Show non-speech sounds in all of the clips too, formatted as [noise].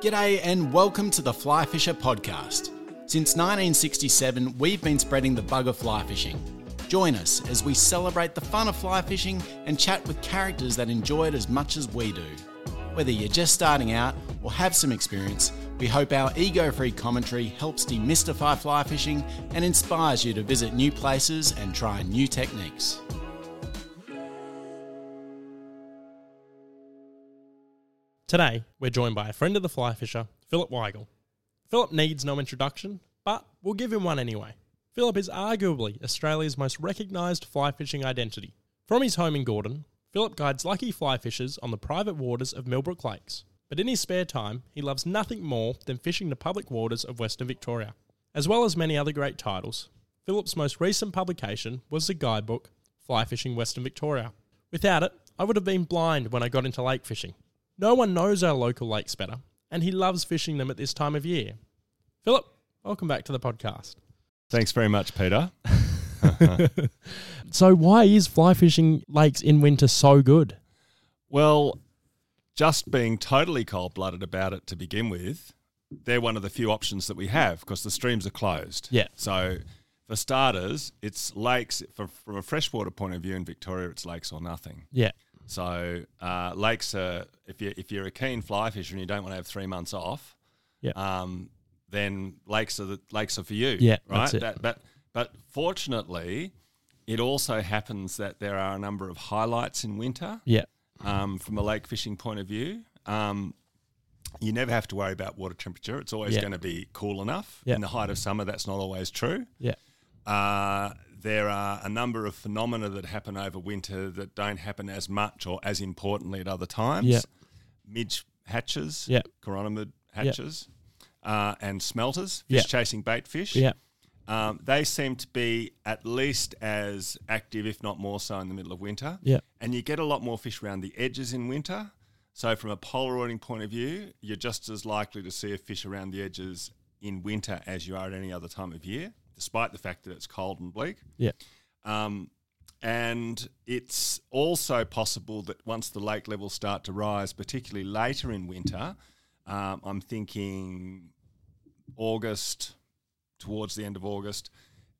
G'day and welcome to the Fly Fisher podcast. Since 1967, we've been spreading the bug of fly fishing. Join us as we celebrate the fun of fly fishing and chat with characters that enjoy it as much as we do. Whether you're just starting out or have some experience, we hope our ego free commentary helps demystify fly fishing and inspires you to visit new places and try new techniques. Today, we're joined by a friend of the fly fisher, Philip Weigel. Philip needs no introduction, but we'll give him one anyway. Philip is arguably Australia's most recognised fly fishing identity. From his home in Gordon, Philip guides lucky fly fishers on the private waters of Millbrook Lakes. But in his spare time, he loves nothing more than fishing the public waters of Western Victoria. As well as many other great titles, Philip's most recent publication was the guidebook Fly Fishing Western Victoria. Without it, I would have been blind when I got into lake fishing. No one knows our local lakes better, and he loves fishing them at this time of year. Philip, welcome back to the podcast. Thanks very much, Peter. So, why is fly fishing lakes in winter so good? Well, just being totally cold blooded about it to begin with, they're one of the few options that we have because the streams are closed. Yeah. So, for starters, it's lakes, for, from a freshwater point of view in Victoria, it's lakes or nothing. Yeah. So, uh, lakes are, if you're, if you're a keen fly fisher and you don't want to have three months off, Yeah. um, then lakes are, the, lakes are for you. Yeah, Right. that's it. That, but, but fortunately, it also happens that there are a number of highlights in winter. Yeah. um, from a lake fishing point of view. Um, you never have to worry about water temperature. It's always Yeah. going to be cool enough. Yeah. In the height of summer, that's not always true. Yeah. Uh, there are a number of phenomena that happen over winter that don't happen as much or as importantly at other times. Yeah. Midge hatches, Yeah. coronamid hatches, uh, and smelters, Yeah. fish chasing bait fish. Yeah. Um, they seem to be at least as active, if not more so, in the middle of winter. Yeah. And you get a lot more fish around the edges in winter. So, from a polaroiding point of view, you're just as likely to see a fish around the edges in winter as you are at any other time of year, despite the fact that it's cold and bleak. Yeah. Um, and it's also possible that once the lake levels start to rise, particularly later in winter, um, I'm thinking August, towards the end of August,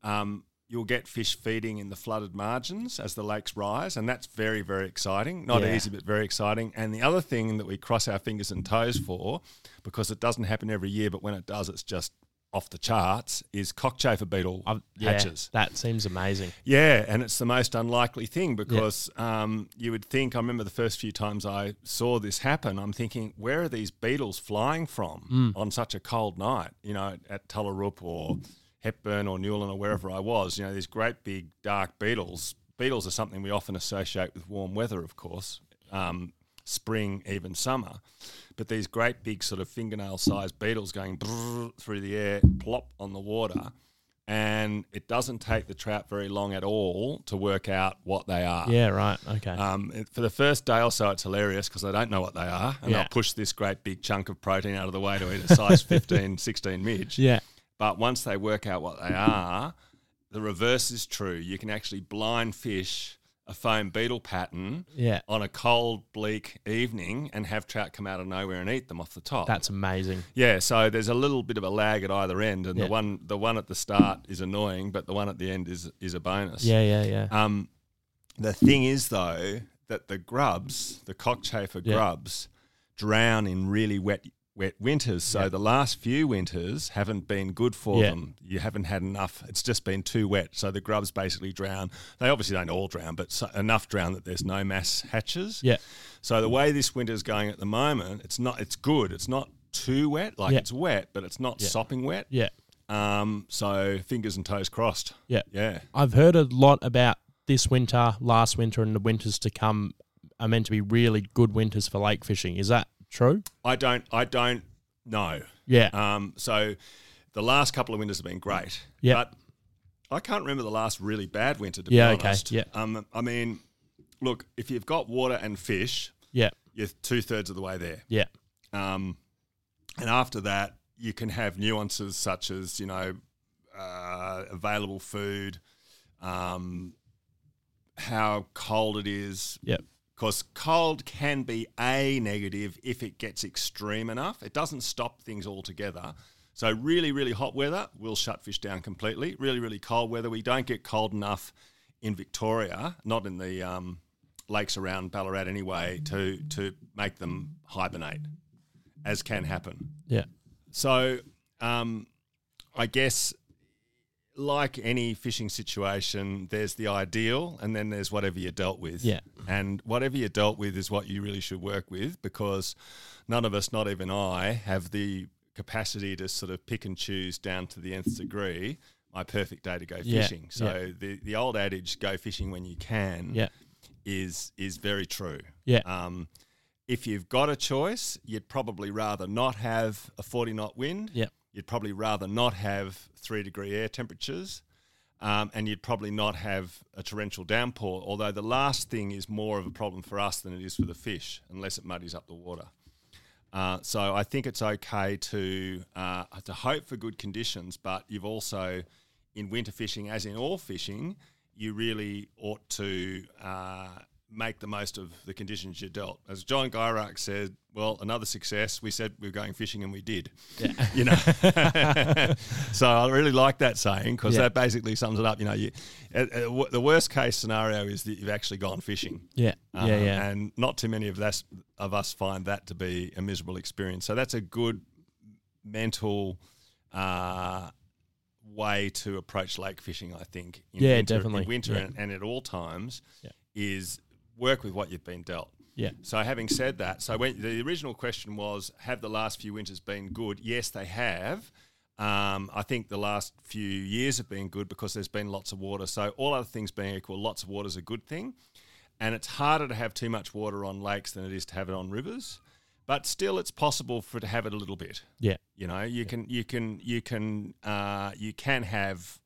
um, you'll get fish feeding in the flooded margins as the lakes rise. And that's very, very exciting. Not Yeah. easy, but very exciting. And the other thing that we cross our fingers and toes for, because it doesn't happen every year, but when it does, it's just off the charts, is cockchafer beetle hatches. That seems amazing. Yeah, and it's the most unlikely thing because um, you would think. I remember the first few times I saw this happen. I'm thinking, where are these beetles flying from on such a cold night? You know, at Tullaroop or Hepburn or Newlyn or wherever I was. You know, these great big dark beetles. Beetles are something we often associate with warm weather, of course, um, spring, even summer. But these great big sort of fingernail-sized beetles going brrr through the air, plop on the water and it doesn't take the trout very long at all to work out what they are. Yeah, right. Okay. Um, it- for the first day or so, it's hilarious because I don't know what they are, and Yeah. I'll push this great big chunk of protein out of the way to eat [laughs] a size 15, 16 midge. yeah. But once they work out what they are, the reverse is true. You can actually blind fish a foam beetle pattern Yeah. on a cold, bleak evening and have trout come out of nowhere and eat them off the top. That's amazing. Yeah, so there's a little bit of a lag at either end, and Yeah. the one the one at the start is annoying, but the one at the end is is a bonus. Yeah, yeah, yeah. Um, the thing is though that the grubs, the cockchafer Yeah. grubs, drown in really wet wet winters. So the last few winters haven't been good for Yeah. them. You haven't had enough. It's just been too wet. So the grubs basically drown. They obviously don't all drown, but so, enough drown that there's no mass hatches. yeah. So the way this winter's going at the moment, it's not it's good. It's not too wet. Like Yeah. it's wet, but it's not Yeah. sopping wet. Yeah. Um, so fingers and toes crossed. Yeah. Yeah. I've heard a lot about this winter, last winter, and the winters to come are meant to be really good winters for lake fishing. Is that true? I don't I don't know. Yeah. Um, so the last couple of winters have been great. Yeah. But I can't remember the last really bad winter to Yeah, be okay, honest. yeah. Um I mean, look, if you've got water and fish, yeah. you're two thirds of the way there. Yeah. Um, and after that, you can have nuances such as, you know, uh, available food, um, how cold it is, Yeah. because cold can be a negative if it gets extreme enough. It doesn't stop things altogether. So, really, really hot weather will shut fish down completely. Really, really cold weather, we don't get cold enough in Victoria, not in the um, lakes around Ballarat anyway, to, to make them hibernate, as can happen. Yeah. So, um, I guess, like any fishing situation, there's the ideal, and then there's whatever you're dealt with. Yeah. And whatever you're dealt with is what you really should work with, because none of us, not even I, have the capacity to sort of pick and choose down to the nth degree my perfect day to go Yeah, fishing. So the the old adage, "Go fishing when you can," Yeah. is is very true. Yeah. Um, if you've got a choice, you'd probably rather not have a 40 knot wind. Yep. You'd probably rather not have three degree air temperatures. Um, and you'd probably not have a torrential downpour, although the last thing is more of a problem for us than it is for the fish, unless it muddies up the water. Uh, so I think it's okay to uh, to hope for good conditions, but you've also in winter fishing, as in all fishing, you really ought to uh, make the most of the conditions you're dealt. As John Gyrak said, well, another success. We said we were going fishing, and we did. [laughs] You know, [laughs] so I really like that saying because Yeah. that basically sums it up. You know, you, uh, uh, w- the worst case scenario is that you've actually gone fishing. Yeah. Um, yeah. Yeah. And not too many of us of us find that to be a miserable experience. So that's a good mental uh, way to approach lake fishing. I think. In Yeah, winter, definitely. In winter Yeah. and, and at all times, Yeah. is work with what you've been dealt. Yeah. So having said that, so when the original question was, have the last few winters been good? Yes, they have. Um, I think the last few years have been good because there's been lots of water. So all other things being equal, lots of water is a good thing. And it's harder to have too much water on lakes than it is to have it on rivers. But still, it's possible for it to have it a little bit. Yeah. You know, you can you can you can uh, you can have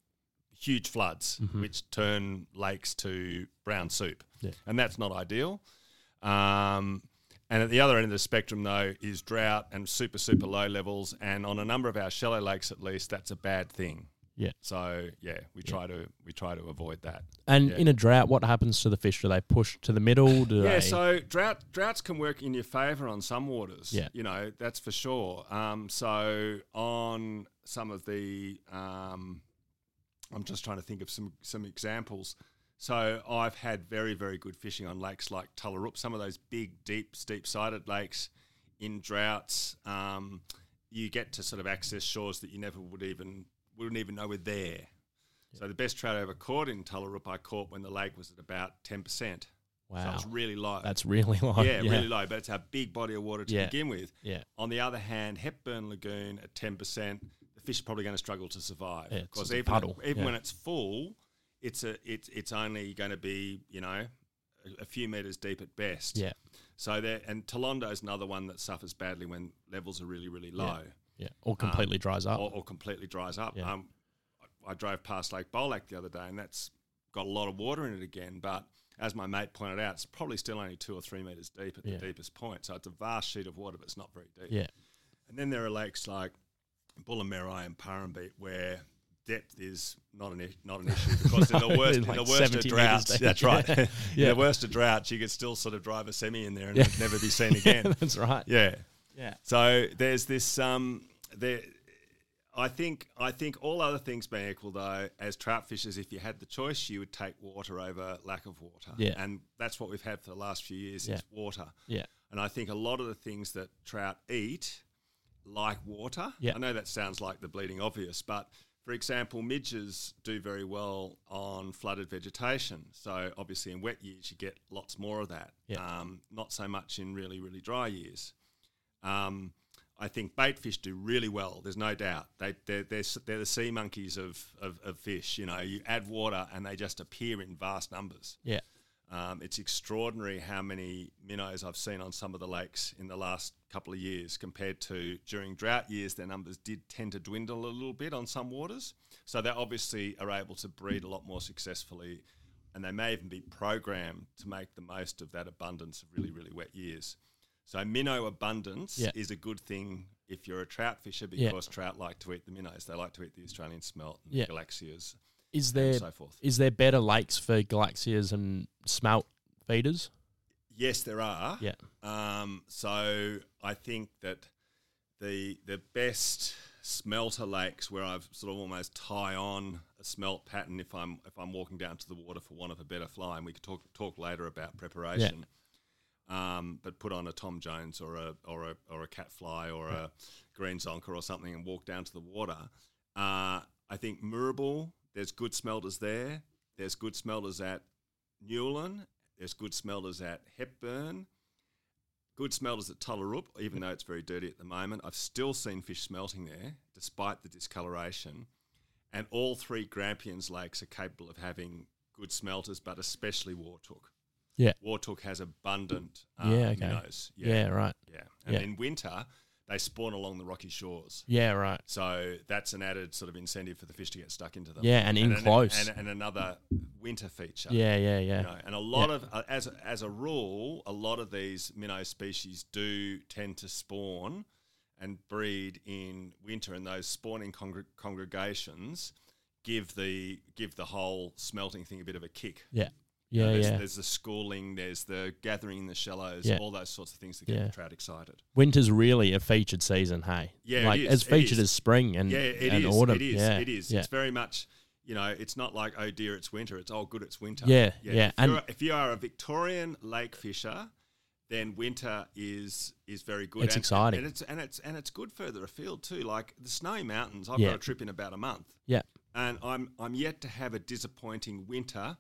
huge floods which turn lakes to brown soup, Mm-hmm. Yeah. and that's not ideal. Um, and at the other end of the spectrum, though, is drought and super super low levels, and on a number of our shallow lakes, at least, that's a bad thing. Yeah. So yeah, we try to we try to avoid that. And Yeah. in a drought, what happens to the fish? Do they push to the middle? Do Yeah, they? so drought droughts can work in your favour on some waters. Yeah. you know that's for sure. Um, so on some of the, um, I'm just trying to think of some some examples. So I've had very very good fishing on lakes like Tullaroop, some of those big deep steep sided lakes. In droughts, um, you get to sort of access shores that you never would even wouldn't even know were there. So the best trout I ever caught in Tullaroop, I caught when the lake was at about ten percent. So wow, it's really low. that's really [laughs] low. [laughs] yeah, really low, but it's a big body of water to Yeah. begin with. Yeah, On the other hand, Hepburn Lagoon at 10%, the fish are probably going to struggle to survive. Yeah, it's just a even, puddle, even yeah. when it's full, it's, a, it's, it's only going to be, you know, a, a few metres deep at best. yeah, So there, and Tolondo is another one that suffers badly when levels are really, really low yeah. Um, Or completely dries up. or, or completely dries up. Oh. Yeah. Um, I, I drove past Lake Bolak the other day, and that's got a lot of water in it again. But as my mate pointed out, it's probably still only two or three meters deep at Yeah. the deepest point. So it's a vast sheet of water, but it's not very deep. yeah, [laughs] And then there are lakes like Bullamerai and Parambeat where depth is not an, i- not [laughs] an issue because in No, the worst, like in the worst 70 of metres droughts, deep. that's right. Yeah. in [laughs] Yeah. the worst of droughts, you could still sort of drive a semi in there and Yeah. it'd never be [laughs] seen again. that's right. yeah. Yeah, So there's this um there I think I think all other things being equal though, as trout fishers, if you had the choice, you would take water over lack of water. Yeah. And that's what we've had for the last few years Yeah. is water. yeah, And I think a lot of the things that trout eat like water. Yeah. I know that sounds like the bleeding obvious, but for example, midges do very well on flooded vegetation. So obviously in wet years you get lots more of that. Yeah. Um, not so much in really, really dry years. Um, I think bait fish do really well. There's no doubt. They, they're, they're, s- they're the sea monkeys of, of, of fish. You know, you add water and they just appear in vast numbers. yeah, Um, it's extraordinary how many minnows I've seen on some of the lakes in the last couple of years compared to during drought years. Their numbers did tend to dwindle a little bit on some waters. So they obviously are able to breed a lot more successfully and they may even be programmed to make the most of that abundance of really, really wet years. So minnow abundance Yeah. is a good thing if you're a trout fisher Yeah. because trout like to eat the minnows. They like to eat the Australian smelt and Yeah. galaxias Is and there so forth. is there better lakes for galaxias and smelt feeders? Yes, there are. Yeah. Um, so I think that the the best smelter lakes where I've sort of almost tie on a smelt pattern if I'm if I'm walking down to the water for want of a better fly, and we could talk talk later about preparation. Um, but put on a Tom Jones or a or a or a catfly or a green zonker or something and walk down to the water. Uh, I think Mirrable, there's good smelters there. There's good smelters at Newlyn. There's good smelters at Hepburn. Good smelters at Tullaroop, even though it's very dirty at the moment. I've still seen fish smelting there, despite the discoloration. And all three Grampians lakes are capable of having good smelters, but especially Wartook. Yeah. Wartook has abundant um, Yeah, okay. minnows. Yeah. right. Yeah. And Yeah. in winter, they spawn along the rocky shores. Yeah, right. So that's an added sort of incentive for the fish to get stuck into them. Yeah, and in an- close. and, and another winter feature. Yeah, yeah, yeah. You know, and a lot of, uh, as, as a rule, a lot of these minnow species do tend to spawn and breed in winter, and those spawning congre- congregations give the give the whole smelting thing a bit of a kick. Yeah. You know, Yeah, there's, yeah. there's the schooling, there's the gathering in the shallows, Yeah. all those sorts of things that get Yeah. the trout excited. Winter's really a featured season, hey. Yeah, it like is, as it featured is. as spring and, Yeah, it Mm. and is. autumn. It is. Yeah, It is. Yeah. It's very much, you know, it's not like, oh dear, it's winter. It's, oh, good, it's winter. Yeah, yeah, If, and- you're, if you are a Victorian lake fisher, then winter is is very good. It's and, exciting. And it's, and it's and it's good further afield too. Like the Snowy Mountains, I've Yeah. got a trip in about a month, yeah. and I'm I'm yet to have a disappointing winter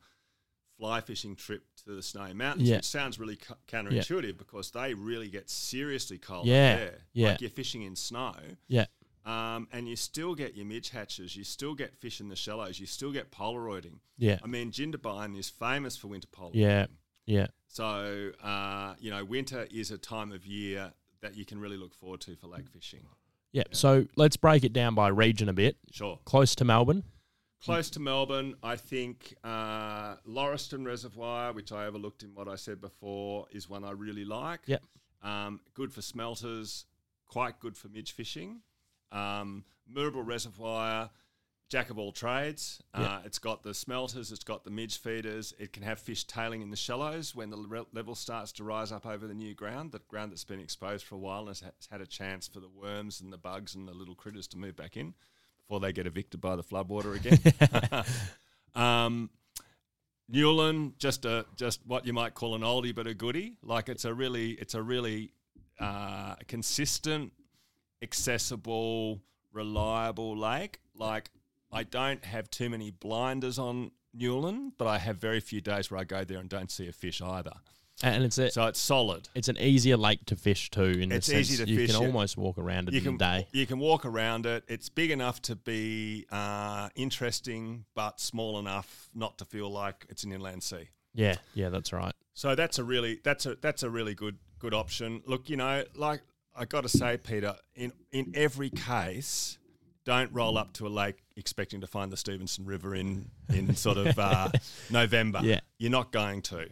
fly fishing trip to the Snowy Mountains, Yeah. which sounds really cu- counterintuitive because they really get seriously cold. up Yeah, there. yeah. Like you're fishing in snow Yeah. um, and you still get your midge hatches, you still get fish in the shallows, you still get polaroiding. Yeah. I mean, Jindabyne is famous for winter polaroiding. Yeah. Yeah. So, uh, you know, winter is a time of year that you can really look forward to for lake fishing. Yeah. So let's break it down by region a bit. Sure. Close to Melbourne. Close to Melbourne, I think uh, Lauriston Reservoir, which I overlooked in what I said before, is one I really like. Yep. Um, good for smelters, quite good for midge fishing. Um, Mirrable Reservoir, jack of all trades. Uh, It's got the smelters, it's got the midge feeders. It can have fish tailing in the shallows when the le- level starts to rise up over the new ground, the ground that's been exposed for a while and has, has had a chance for the worms and the bugs and the little critters to move back in before they get evicted by the floodwater again. um, Newlyn, just a just what you might call an oldie but a goodie. Like it's a really it's a really uh, consistent, accessible, reliable lake. Like I don't have too many blinders on Newlyn, but I have very few days where I go there and don't see a fish either. And it's a, So it's solid. it's an easier lake to fish too in It's the sense easy to you fish, can yeah. almost walk around it in a day. You can walk around it. It's big enough to be uh, interesting, but small enough not to feel like it's an inland sea. Yeah, yeah, that's right. So that's a really that's a that's a really good good option. Look, you know, like I got to say, Peter, in in every case, don't roll up to a lake expecting to find the Stevenson River in in sort [laughs] of uh, November. Yeah. you're not going to.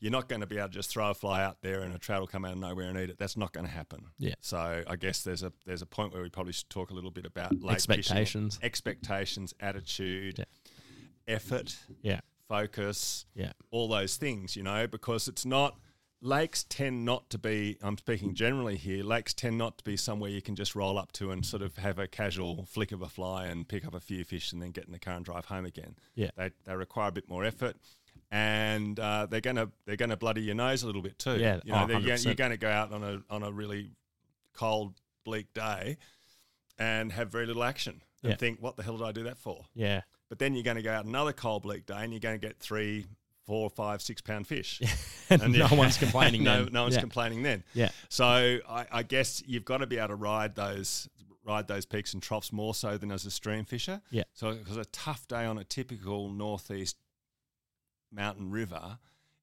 You're not going to be able to just throw a fly out there and a trout will come out of nowhere and eat it. That's not going to happen. Yeah. So I guess there's a there's a point where we probably should talk a little bit about lake fishing, Expectations. expectations, attitude, Yeah. effort, Yeah, focus yeah, all those things, you know, because it's not lakes tend not to be I'm speaking generally here, lakes tend not to be somewhere you can just roll up to and sort of have a casual flick of a fly and pick up a few fish and then get in the car and drive home again. Yeah. They they require a bit more effort. And uh, they're gonna they're gonna bloody your nose a little bit too. Yeah, you know, oh, they're gonna- 100%. you're gonna go out on a on a really cold, bleak day and have very little action and Yeah. think, what the hell did I do that for? [laughs] yeah, But then you're going to go out another cold bleak day and you're going to get three, four, five, six pound fish. and no you- one's [laughs] complaining. [laughs] no, then. no one's yeah. complaining then. Yeah, So I, I guess you've got to be able to ride those ride those peaks and troughs more so than as a stream fisher. Yeah. So because a tough day on a typical northeast mountain river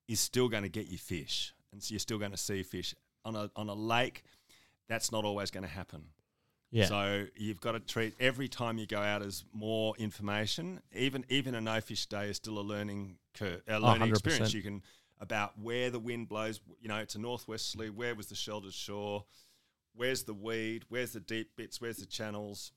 is still going to get you fish, and so you're still going to see fish on a on a lake. That's not always going to happen. yeah, So you've got to treat every time you go out as more information. Even even a no fish day is still a learning cur- a 100%. learning experience. You can about where the wind blows. You know, it's a northwesterly. Where was the sheltered shore? Where's the weed? Where's the deep bits? Where's the channels?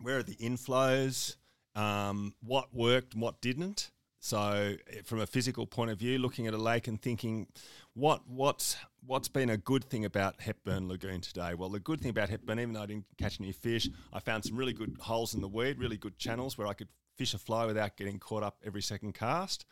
Where are the inflows? Um, what worked and what didn't? So, from a physical point of view, looking at a lake and thinking, what what's what's been a good thing about Hepburn Lagoon today? Well, the good thing about Hepburn, even though I didn't catch any fish, I found some really good holes in the weed, really good channels where I could fish a fly without getting caught up every second cast.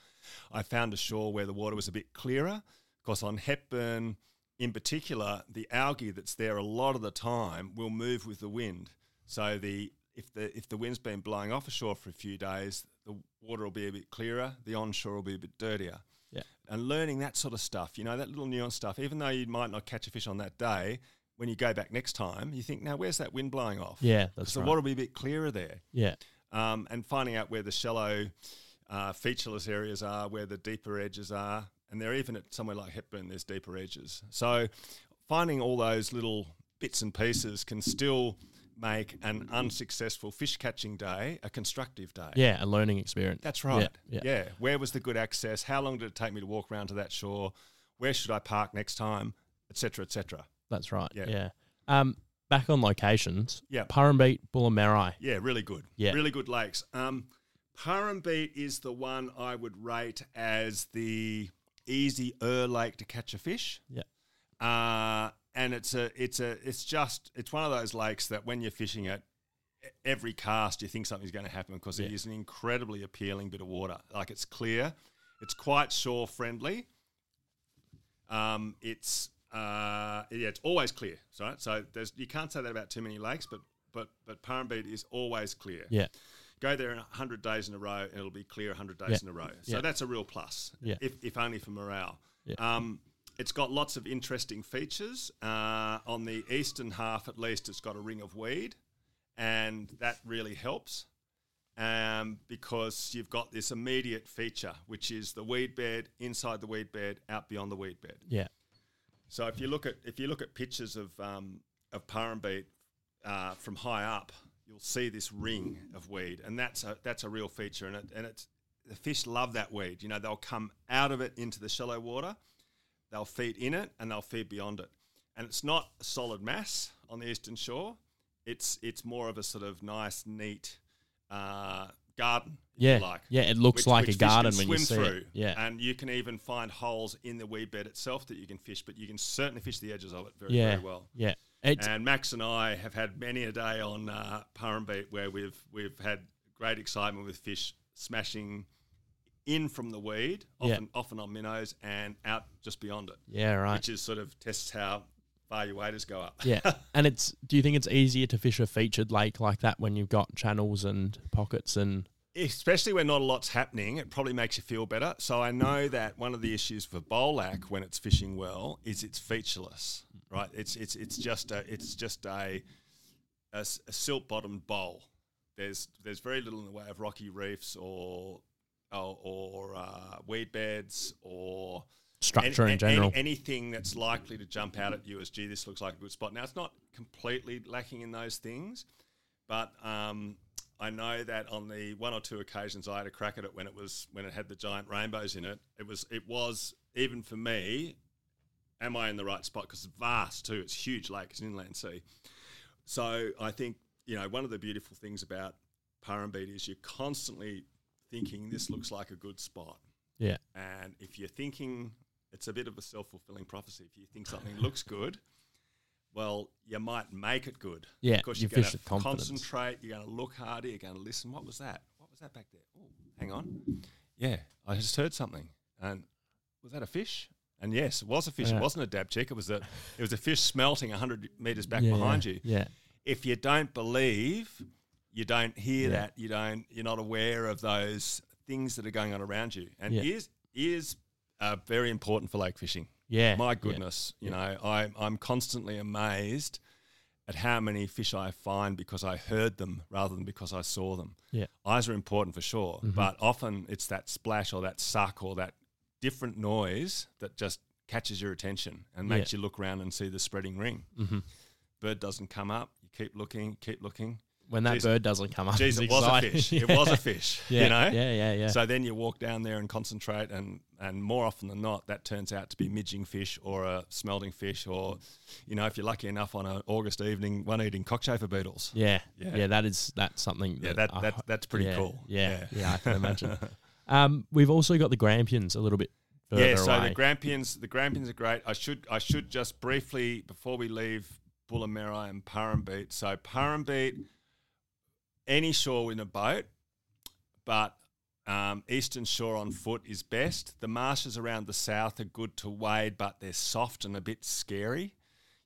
I found a shore where the water was a bit clearer. Of course, on Hepburn in particular, the algae that's there a lot of the time will move with the wind. So the if the if the wind's been blowing off ashore for a few days, the water will be a bit clearer, the onshore will be a bit dirtier. Yeah. And learning that sort of stuff, you know, that little nuance stuff, even though you might not catch a fish on that day, when you go back next time, you think, now where's that wind blowing off? Yeah, that's So right. the water will be a bit clearer there. Yeah. Um, and finding out where the shallow, uh, featureless areas are, where the deeper edges are. And they're even at somewhere like Hepburn, there's deeper edges. So finding all those little bits and pieces can still make an unsuccessful fish catching day a constructive day. Yeah, a learning experience. That's Yeah, right. yeah. Yeah, Where was the good access? How long did it take me to walk around to that shore? Where should I park next time? Et cetera, et cetera. That's right. Yeah. Yeah. Um, back on locations. Yeah. Purumbeet, Bullamarai. Yeah, really good. Yeah. Really good lakes. Um, Parrambeet is the one I would rate as the easier lake to catch a fish. Yeah. Uh, and it's a, it's a, it's just, it's one of those lakes that when you're fishing it, e- every cast you think something's going to happen because it Yeah. is an incredibly appealing bit of water. Like it's clear, it's quite shore friendly. Um, it's uh, yeah, it's always clear, right? So there's you can't say that about too many lakes, but but but Parrambeet is always clear. Yeah. Go there in 100 days in a row, and it'll be clear 100 days Yeah. in a row. So Yeah. that's a real plus, Yeah. if, if only for morale. Yeah. Um, it's got lots of interesting features. Uh, on the eastern half, at least, it's got a ring of weed, and that really helps um, because you've got this immediate feature, which is the weed bed, inside the weed bed, out beyond the weed bed. Yeah. So if you look at if you look at pictures of um, of Parrambeet uh, from high up, you'll see this ring of weed, and that's a that's a real feature, and it and it's the fish love that weed. You know, they'll come out of it into the shallow water, they'll feed in it, and they'll feed beyond it. And it's not a solid mass on the eastern shore; it's it's more of a sort of nice, neat uh, garden, if Yeah. you like. yeah. It looks Which- like which a fish garden can when you see swim it. Yeah. and you can even find holes in the weed bed itself that you can fish, but you can certainly fish the edges of it very, yeah. very well. Yeah. It's, And Max and I have had many a day on uh, Parrambeet where we've we've had great excitement with fish smashing in from the weed, Yeah. often often on minnows, and out just beyond it, yeah. Right. which is sort of tests how far your waders go up. yeah. And it's. Do you think it's easier to fish a featured lake like that when you've got channels and pockets and especially when not a lot's happening, it probably makes you feel better. So I know that one of the issues for Bolak when it's fishing well is it's featureless, right? It's it's it's just a it's just a a, silt bottomed bowl. There's there's very little in the way of rocky reefs or or, or uh, weed beds or any- structure in a- any- general? anything that's likely to jump out at you as, gee, this looks like a good spot. Now, it's not completely lacking in those things, but um, I know that on the one or two occasions I had a crack at it when it was when it had the giant rainbows in it, it was it was even for me. Am I in the right spot? Because it's vast too. It's a huge lake. It's an inland sea. So I think you know one of the beautiful things about Parrambeet is you're constantly thinking this looks like a good spot. yeah. And if you're thinking, it's a bit of a self fulfilling prophecy. If you think something looks good, well, you might make it good. Yeah, because you you're going fish to with confidence. concentrate. You're going to look harder. You're going to listen. What was that? What was that back there? Oh, hang on. Yeah, I just heard something. And was that a fish? And yes, it was a fish. Yeah. It wasn't a dab chick. It was a it was a fish [laughs] smelting hundred meters back yeah, behind yeah, you Yeah. if you don't believe, you don't hear that, you don't, you're not aware of those things that are going on around you. And Yeah. ears, ears are very important for lake fishing. Yeah. My yeah. goodness, you know, I, I'm constantly amazed at how many fish I find because I heard them rather than because I saw them. Yeah. Eyes are important for sure, Mm-hmm. but often it's that splash or that suck or that different noise that just catches your attention and makes you look around and see the spreading ring. Mm-hmm. Bird doesn't come up. You keep looking, keep looking. When that Jeez. bird doesn't come up, Geez, it's it was a exciting. fish. It was a fish. [laughs] yeah. You know. Yeah. Yeah. Yeah. So then you walk down there and concentrate, and and more often than not, that turns out to be midging fish or a smelting fish, or you know, if you're lucky enough on an August evening, one eating cockchafer beetles. Yeah, yeah, Yeah. that is that's something. Yeah, that, I that ho- that's pretty yeah, cool. [laughs] Yeah, yeah, I can imagine. Um, we've also got the Grampians a little bit further yeah, so away. the Grampians, the Grampians are great. I should, I should just briefly before we leave Bullamera and Parrambeet. So Parrambeet, any shore in a boat, but um, eastern shore on foot is best. The marshes around the south are good to wade, but they're soft and a bit scary.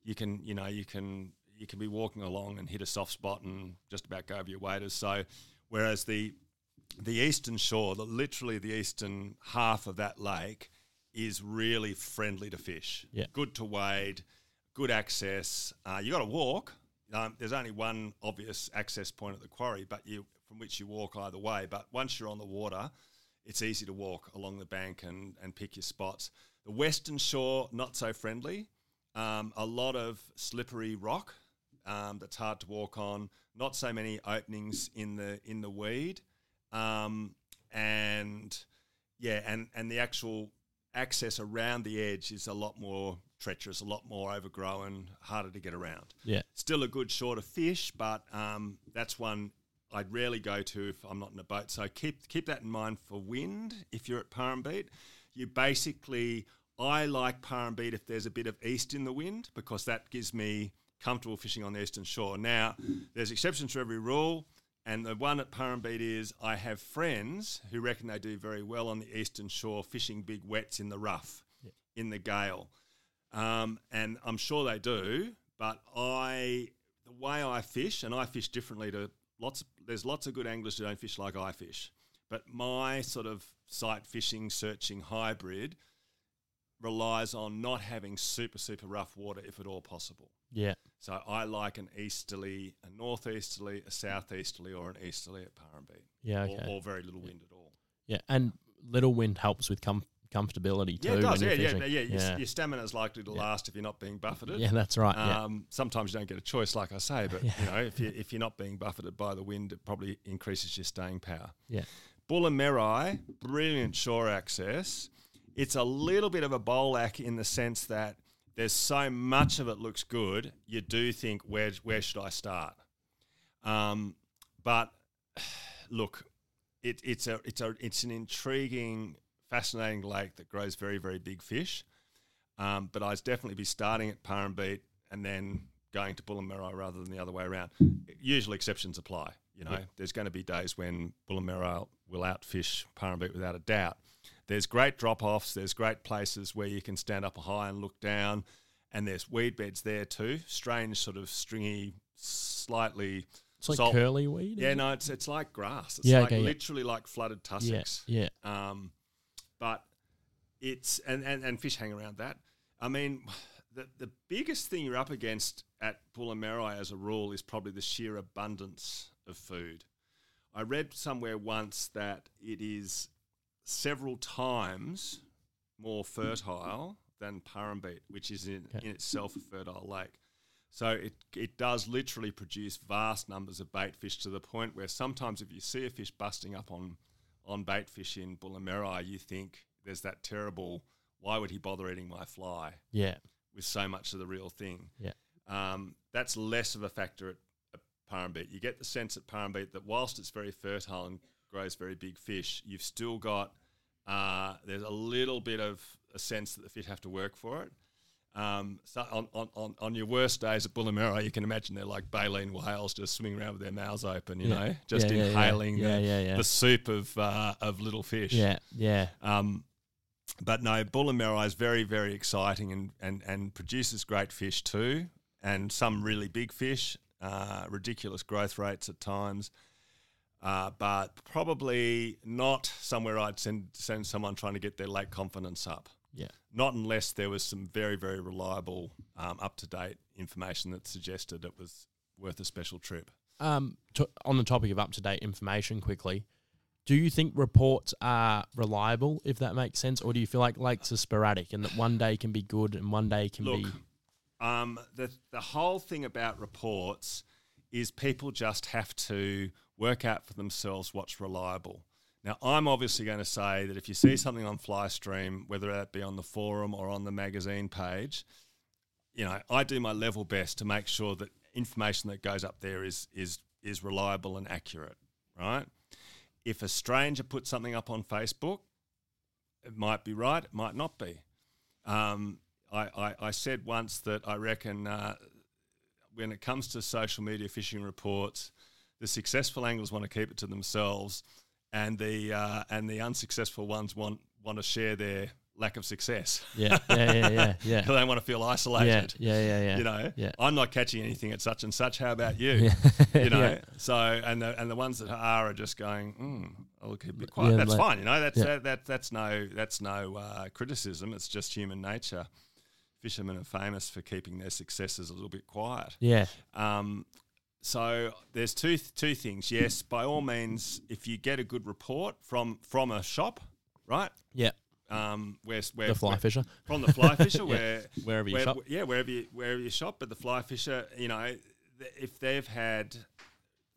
You can, you know, you can you can be walking along and hit a soft spot and just about go over your waders. So, whereas the the eastern shore, the, literally the eastern half of that lake, is really friendly to fish. Yeah. Good to wade, good access. Uh, you got to walk. Um, there's only one obvious access point at the quarry, but you from which you walk either way. But once you're on the water, it's easy to walk along the bank and, and pick your spots. The western shore, not so friendly. Um, a lot of slippery rock um, that's hard to walk on. Not so many openings in the in the weed um, and yeah, and and the actual access around the edge is a lot more treacherous, a lot more overgrown, harder to get around. yeah, Still a good shore to fish, but um, that's one I'd rarely go to if I'm not in a boat. So keep keep that in mind for wind if you're at Parrambeet. You basically, I like Parrambeet if there's a bit of east in the wind because that gives me comfortable fishing on the eastern shore. Now, there's exceptions to every rule. And the one at Parrambeet is I have friends who reckon they do very well on the eastern shore fishing big wets in the rough, in the gale um, and I'm sure they do. But I, the way I fish, and I fish differently to lots. Of, there's lots of good anglers who don't fish like I fish. But my sort of sight fishing, searching hybrid relies on not having super, super rough water if at all possible. yeah. So I like an easterly, a northeasterly, a southeasterly, or an easterly at Parrambeet, Yeah, or, okay. or very little wind at all. Yeah, and little wind helps with com- comfortability too. Yeah, it does. when Yeah, you're yeah, yeah, fishing. Your, your stamina is likely to last if you're not being buffeted. Yeah, that's right. Uh, yeah. Um, Sometimes you don't get a choice, like I say, but you know, if, you, if you're not being buffeted by the wind, it probably increases your staying power. Yeah. Bullamerai, brilliant shore access. It's a little bit of a bolac in the sense that there's so much of it looks good, you do think, where, where should I start? Um, but [sighs] look, it, it's, a, it's, a, it's an intriguing, fascinating lake that grows very, very big fish. Um, but I'd definitely be starting at Parrambeet and then going to Bullamerra rather than the other way around. Usual exceptions apply. You know, there's going to be days when Bullamerra will outfish Parrambeet without a doubt. There's great drop-offs. There's great places where you can stand up high and look down, and there's weed beds there too. Strange sort of stringy, slightly It's like salt- curly weed. Yeah, no, it's it's like grass. It's Yeah, like okay, yeah. literally like flooded yeah, tussocks. yeah, Um, but it's and, and, and fish hang around that. I mean, the the biggest thing you're up against at Bullamerai as a rule is probably the sheer abundance of food. I read somewhere once that it is several times more fertile than Parrambeet, which is in, Okay. in itself a fertile lake. So it, it does literally produce vast numbers of bait fish to the point where sometimes if you see a fish busting up on, on bait fish in Bullamerai, you think there's that terrible, why would he bother eating my fly yeah, with so much of the real thing? yeah, um, that's less of a factor at, at Parrambeet. You get the sense at Parrambeet that whilst it's very fertile and grows very big fish, you've still got uh, there's a little bit of a sense that the fish have to work for it. Um, so on, on, on, on your worst days at Bullamera, you can imagine they're like baleen whales just swimming around with their mouths open, you Yeah. know, just Yeah, yeah, yeah. inhaling Yeah, the, yeah, yeah. the soup of uh, of little fish. yeah, yeah. Um, but no, Bullamerai is very, very exciting and, and, and produces great fish too, and some really big fish, uh, ridiculous growth rates at times. Uh, but probably not somewhere I'd send, send someone trying to get their lake confidence up. Yeah. Not unless there was some very, very reliable, um, up to date information that suggested it was worth a special trip. Um, to, on the topic of up to date information, quickly, do you think reports are reliable, if that makes sense, or do you feel like lakes are sporadic and that one day can be good and one day can be Look, um, the the whole thing about reports is people just have to work out for themselves what's reliable. Now, I'm obviously going to say that if you see something on FlyStream, whether that be on the forum or on the magazine page, you know, I do my level best to make sure that information that goes up there is is is reliable and accurate, right? if a stranger puts something up on Facebook, it might be right, it might not be. Um, I, I, I said once that I reckon uh, when it comes to social media phishing reports, the successful angles want to keep it to themselves, and the uh, and the unsuccessful ones want want to share their lack of success. [laughs] Yeah, yeah, yeah, yeah, yeah. they want to feel Yeah, isolated. yeah, yeah, yeah. [laughs] You know, yeah. I'm not catching anything at such and such. How about you? [laughs] [laughs] You know, so and the and the ones that are are just going, mm, I'll keep it quiet. Yeah, that's like- fine. You know, that's Yeah. that, that that's no that's no uh, criticism. It's just human nature. Fishermen are famous for keeping their successes a little bit quiet. yeah, Um, so there's two two things. Yes, by all means, if you get a good report from from a shop, right? yeah. Um, where where The fly where- fisher. from the [laughs] fly fisher, where Wherever you where- shop. yeah, wherever you wherever you shop. But the fly fisher, you know, th- if they've had,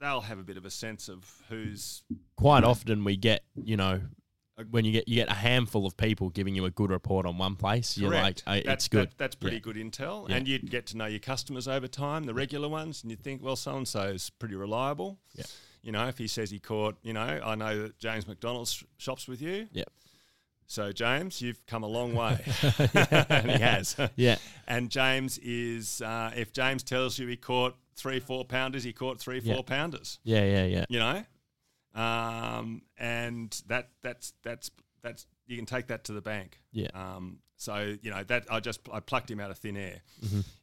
they'll have a bit of a sense of who's Quite often we get, you know, when you get you get a handful of people giving you a good report on one place, you're correct. like, "Hey, that's it's good. That, that's pretty Yeah. good intel, Yeah. and you'd get to know your customers over time, the regular ones, and you'd think, well, so and so is pretty reliable. Yeah. You know, if he says he caught, you know, I know that James McDonald's shops with you. Yep. So James, you've come a long way, [laughs] [laughs] and he has. Yeah, And James is, uh, if James tells you he caught three four pounders, he caught three Yeah. four pounders. yeah, yeah, yeah. You know, um, and that that's that's that's you can take that to the bank. Yeah. Um, so you know that I just I plucked him out of thin air.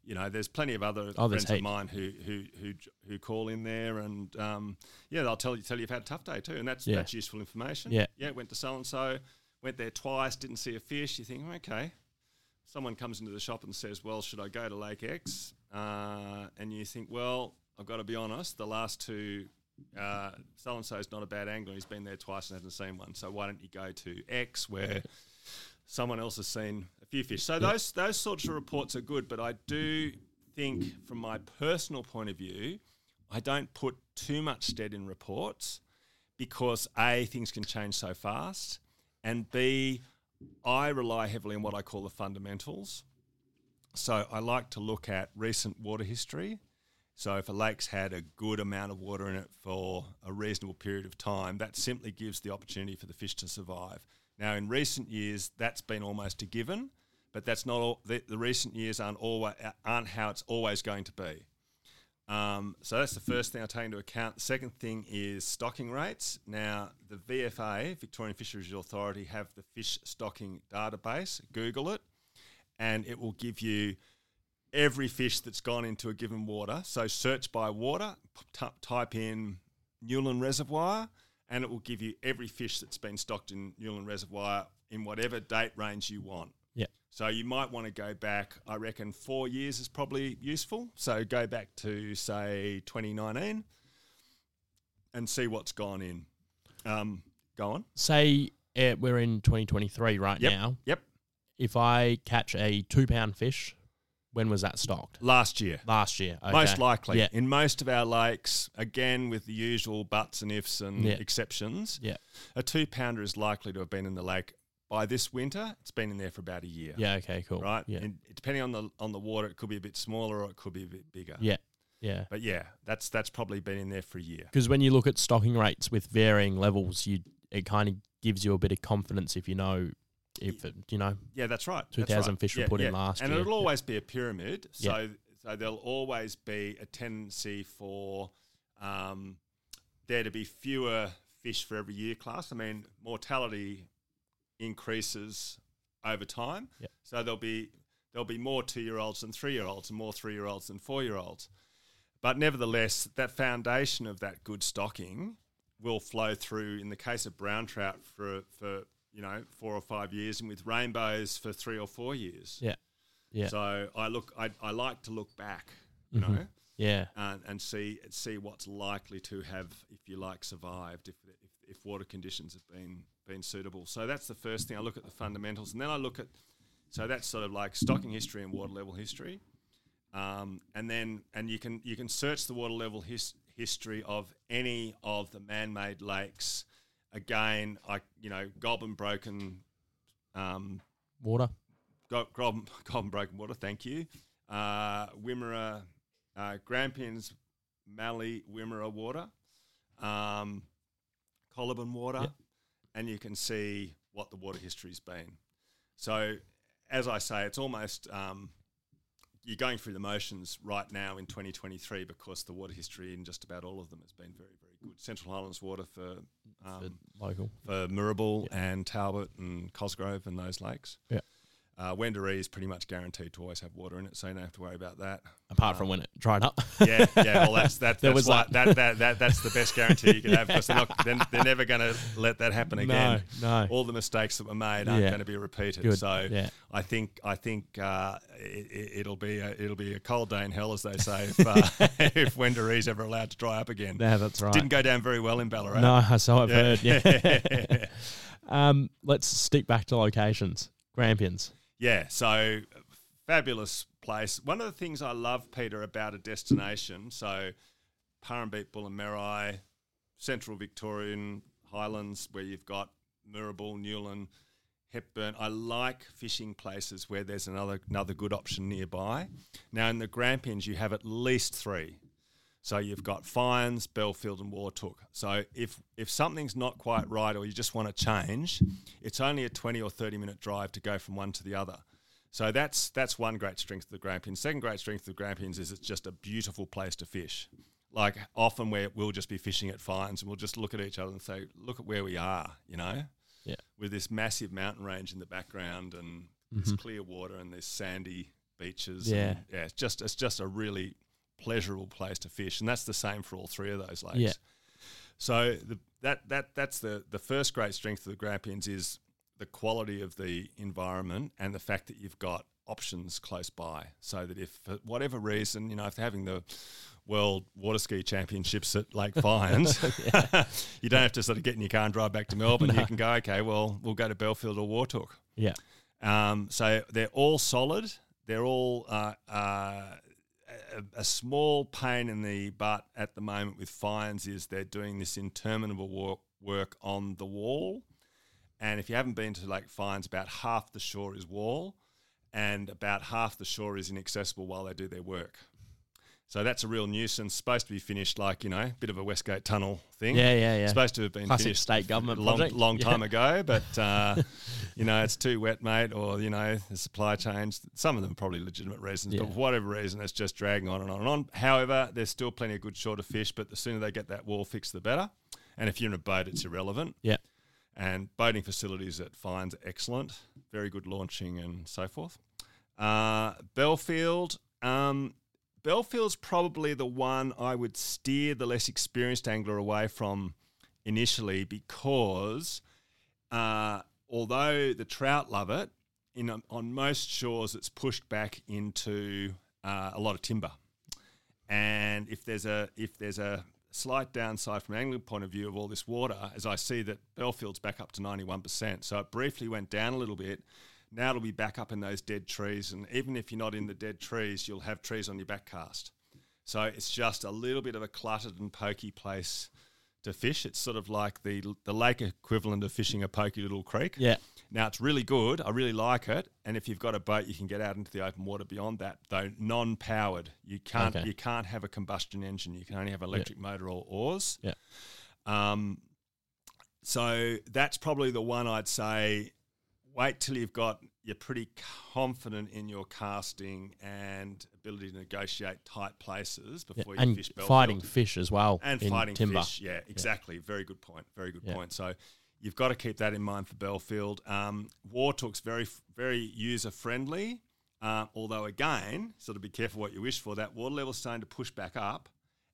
You know, there's plenty of other Mm-hmm. Oh, there's friends of heaps. mine who who who who call in there, and um, yeah, they'll tell you tell you you've had a tough day too, and that's Yeah. that's useful information. Yeah. Yeah. Went to so and so, went there twice, didn't see a fish. You think okay. Someone comes into the shop and says, "Well, should I go to Lake X?" Uh, and you think, "Well, I've got to be honest. The last two uh, so and so is not a bad angler. He's been there twice and hasn't seen one. So why don't you go to X where someone else has seen a few fish? So those those sorts of reports are good, but I do think, from my personal point of view, I don't put too much stead in reports because a things can change so fast, and b I rely heavily on what I call the fundamentals. So I like to look at recent water history. So if a lake's had a good amount of water in it for a reasonable period of time, that simply gives the opportunity for the fish to survive. Now, in recent years, that's been almost a given, but that's not all. The, the recent years aren't always aren't how it's always going to be. Um, so that's the first thing I take into account. The second thing is stocking rates. Now, the VFA, Victorian Fisheries Authority, have the fish stocking database. Google it, and it will give you every fish that's gone into a given water. So search by water, p- t- type in Newland Reservoir, and it will give you every fish that's been stocked in Newland Reservoir in whatever date range you want. Yeah. So you might want to go back. I reckon four years is probably useful. So go back to say 2019 and see what's gone in. Um, go on. Say uh, we're in 2023 right Yep. now. Yep. If I catch a two pound fish, when was that stocked? Last year. Last year, okay. Most likely. Yeah, In most of our lakes, again with the usual buts and ifs and Yeah. exceptions, yeah, a two pounder is likely to have been in the lake by this winter. It's been in there for about a year. yeah. Okay, cool. Right? Yeah, And depending on the on the water, it could be a bit smaller or it could be a bit bigger. yeah, yeah. But yeah, that's that's probably been in there for a year. Because when you look at stocking rates with varying levels, you it kind of gives you a bit of confidence if you know if it, you know. Yeah, that's right. That's 2,000 right. fish were Yeah, put in yeah. last and year. it'll always be a pyramid. So Yeah. so there'll always be a tendency for um, there to be fewer fish for every year class. I mean, mortality increases over time. Yeah. So there'll be there'll be more two year olds than three year olds, and more three year olds than four year olds. But nevertheless, that foundation of that good stocking will flow through in the case of brown trout for for you know four or five years, and with rainbows for three or four years. Yeah. Yeah. So I look, I, I like to look back, you know, Yeah, and, and see see what's likely to have, if you like, survived if, if if water conditions have been been suitable. So that's the first thing I look at the fundamentals, and then I look at so that's sort of like stocking history and water level history, um, and then and you can you can search the water level his, history of any of the man-made lakes. Again, I you know Goulburn Broken. Um, water. [laughs] Go- Goulburn, Goulburn Broken Water, thank you. Uh, Wimmera, uh, Grampians, Mallee, Wimmera Water. Um, Coliban water, and you can see what the water history's been. So, as I say, it's almost um, you're going through the motions right now in 2023 because the water history in just about all of them has been very, very good. Central Highlands water for um, local. for Mirrabooka and Talbot and Cosgrove and those lakes. Yeah. Uh, Wendaree is pretty much guaranteed to always have water in it, so you don't have to worry about [laughs] that. Apart from when it dried [laughs] up. Yeah, yeah. Well, that's that, There that's was like, that. That, that that's the best guarantee you can have because they're not they're, they're never going to let that happen again. no. All the mistakes that were made aren't Yeah. going to be repeated. Good, So yeah. I think I think uh, it- it, it'll be a, it'll be a cold day in hell, as they [laughs] say, if, uh, [laughs] if Wendaree's ever allowed to dry up again. yeah, that's right. Didn't go down very well in Ballarat. No, [laughs] so I've heard. [laughs] Yeah. um, let's stick back to locations. Grampians. Yeah, so fabulous place. One of the things I love, Peter, about a destination, so Parrambeet, Bullamerai, Central Victorian Highlands, where you've got Mirrabooka, Newland, Hepburn. I like fishing places where there's another another good option nearby. Now in the Grampians, you have at least three. So you've got Fines, Belfield, and Wartook. So if if something's not quite right, or you just want to change, it's only a twenty or thirty minute drive to go from one to the other. So that's that's one great strength of the Grampians. Second great strength of the Grampians is it's just a beautiful place to fish. Like often where we'll just be fishing at Fines and we'll just look at each other and say, look at where we are, you know, Yeah. with this massive mountain range in the background and this clear water and this sandy beaches. Mm-hmm. Yeah. and- yeah. It's just it's just a really pleasurable place to fish, and that's the same for all three of those lakes. Yeah. So the, that that that's the the first great strength of the Grampians is the quality of the environment and the fact that you've got options close by, so that if for whatever reason you know if they're having the World Water Ski Championships at Lake Fynes. [laughs] you don't have to sort of get in your car and drive back to Melbourne. You can go, okay, well, we'll go to Belfield or Wartook. Yeah. Um, so they're all solid. They're all uh, uh, a, a small pain in the butt at the moment with fines is they're doing this interminable work, work on the wall. And if you haven't been to Lake Fines, about half the shore is wall, and about half the shore is inaccessible while they do their work. So that's a real nuisance. Supposed to be finished like you know, bit of a Westgate Tunnel thing. Yeah, yeah, yeah. Supposed to have been Classic finished state government a long, project. long Yeah. [laughs] time ago, but uh, you know it's too wet, mate, or you know the supply chains. Some of them are probably legitimate reasons, but Yeah. for whatever reason, it's just dragging on and on and on. However, there's still plenty of good shore to fish, but the sooner they get that wall fixed, the better. And if you're in a boat, it's irrelevant. Yeah. And boating facilities at Fines are excellent, very good launching and so forth. Uh, Belfield. Um, Belfield's probably the one I would steer the less experienced angler away from initially because uh, although the trout love it, in on most shores it's pushed back into uh, a lot of timber. And if there's a if there's a slight downside from an angling point of view of all this water, as I see that Belfield's back up to 91%. So it briefly went down a little bit. Now it'll be back up in those dead trees. And even if you're not in the dead trees, you'll have trees on your back cast. So it's just a little bit of a cluttered and pokey place to fish. It's sort of like the the lake equivalent of fishing a pokey little creek. Yeah. Now it's really good. I really like it. And if you've got a boat, you can get out into the open water beyond that, though non-powered. You can't Okay. you can't have a combustion engine. You can only have electric motor or oars. Yeah. Um, so that's probably the one I'd say. Wait till you've got you're pretty confident in your casting and ability to negotiate tight places yeah. before you And fish Belfield fighting fish as well. and in fighting timber. fish. Yeah, exactly. Very good point. Very good Yeah. point. So you've got to keep that in mind for Belfield. Um, Wartook's very very user friendly. Uh, although again, sort of be careful what you wish for. That water level's starting to push back up,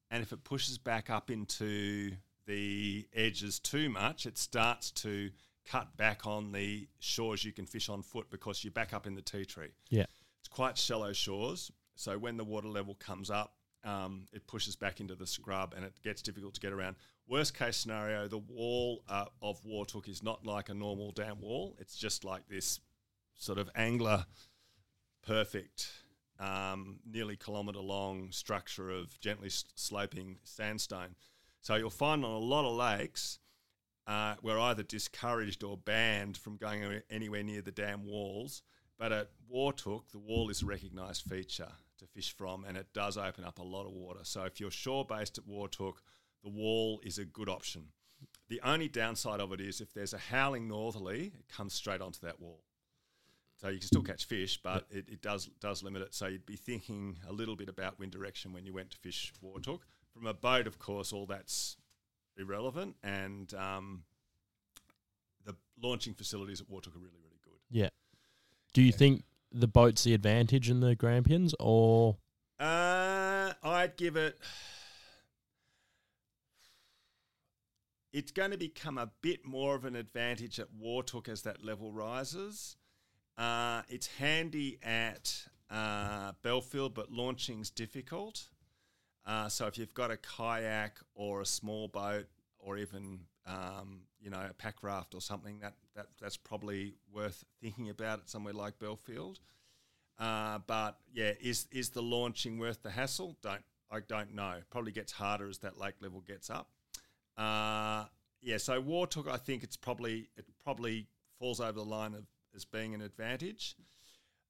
and if it pushes back up into the edges too much, it starts to cut back on the shores you can fish on foot because you're back up in the tea tree Yeah. it's quite shallow shores. So when the water level comes up, um, it pushes back into the scrub and it gets difficult to get around. Worst case scenario, the wall uh, of Wartook is not like a normal dam wall. It's just like this sort of angler perfect, um, nearly kilometre long structure of gently s- sloping sandstone. So you'll find on a lot of lakes, uh, were either discouraged or banned from going a- anywhere near the dam walls. But at Wartook, the wall is a recognised feature to fish from, and it does open up a lot of water. So if you're shore based at Wartook, the wall is a good option. The only downside of it is if there's a howling northerly, it comes straight onto that wall. So you can still catch fish, but it, it does does limit it. So you'd be thinking a little bit about wind direction when you went to fish Wartook. From a boat, of course, all that's irrelevant, and um, the launching facilities at Wartook are really, really good. Yeah. Do you think the boat's the advantage in the Grampians or Uh, I'd give it. It's going to become a bit more of an advantage at Wartook as that level rises. Uh, it's handy at uh, Belfield, but launching's difficult. Uh, so if you've got a kayak or a small boat, or even um, you know a pack raft or something, that, that that's probably worth thinking about at somewhere like Belfield. Uh, but yeah, is is the launching worth the hassle? Don't I don't know. Probably gets harder as that lake level gets up. Uh, yeah, so Wartook, I think it's probably it probably falls over the line of as being an advantage.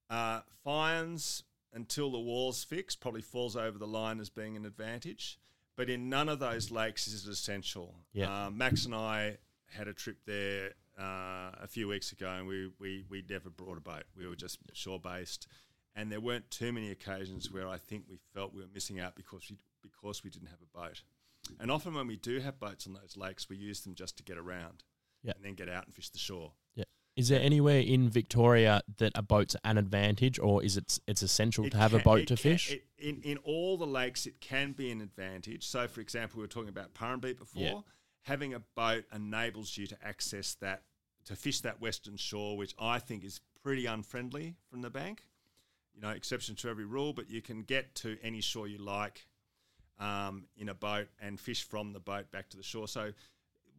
Uh, Fines until the wall's fixed probably falls over the line as being an advantage. But in none of those lakes is it essential. Yeah. Uh, Max and I had a trip there uh, a few weeks ago, and we, we we never brought a boat. We were just shore based, and there weren't too many occasions where I think we felt we were missing out because we because we didn't have a boat. And often when we do have boats on those lakes, we use them just to get around, Yeah. and then get out and fish the shore. yeah. Is there anywhere in Victoria that a boat's an advantage or is it it's essential to It have a can- boat it to can- fish? it- in, in all the lakes, it can be an advantage. So, for example, we were talking about Parrambeet before. Yeah. Having a boat enables you to access that, to fish that western shore, which I think is pretty unfriendly from the bank. You know, exception to every rule, but you can get to any shore you like um, in a boat and fish from the boat back to the shore. So,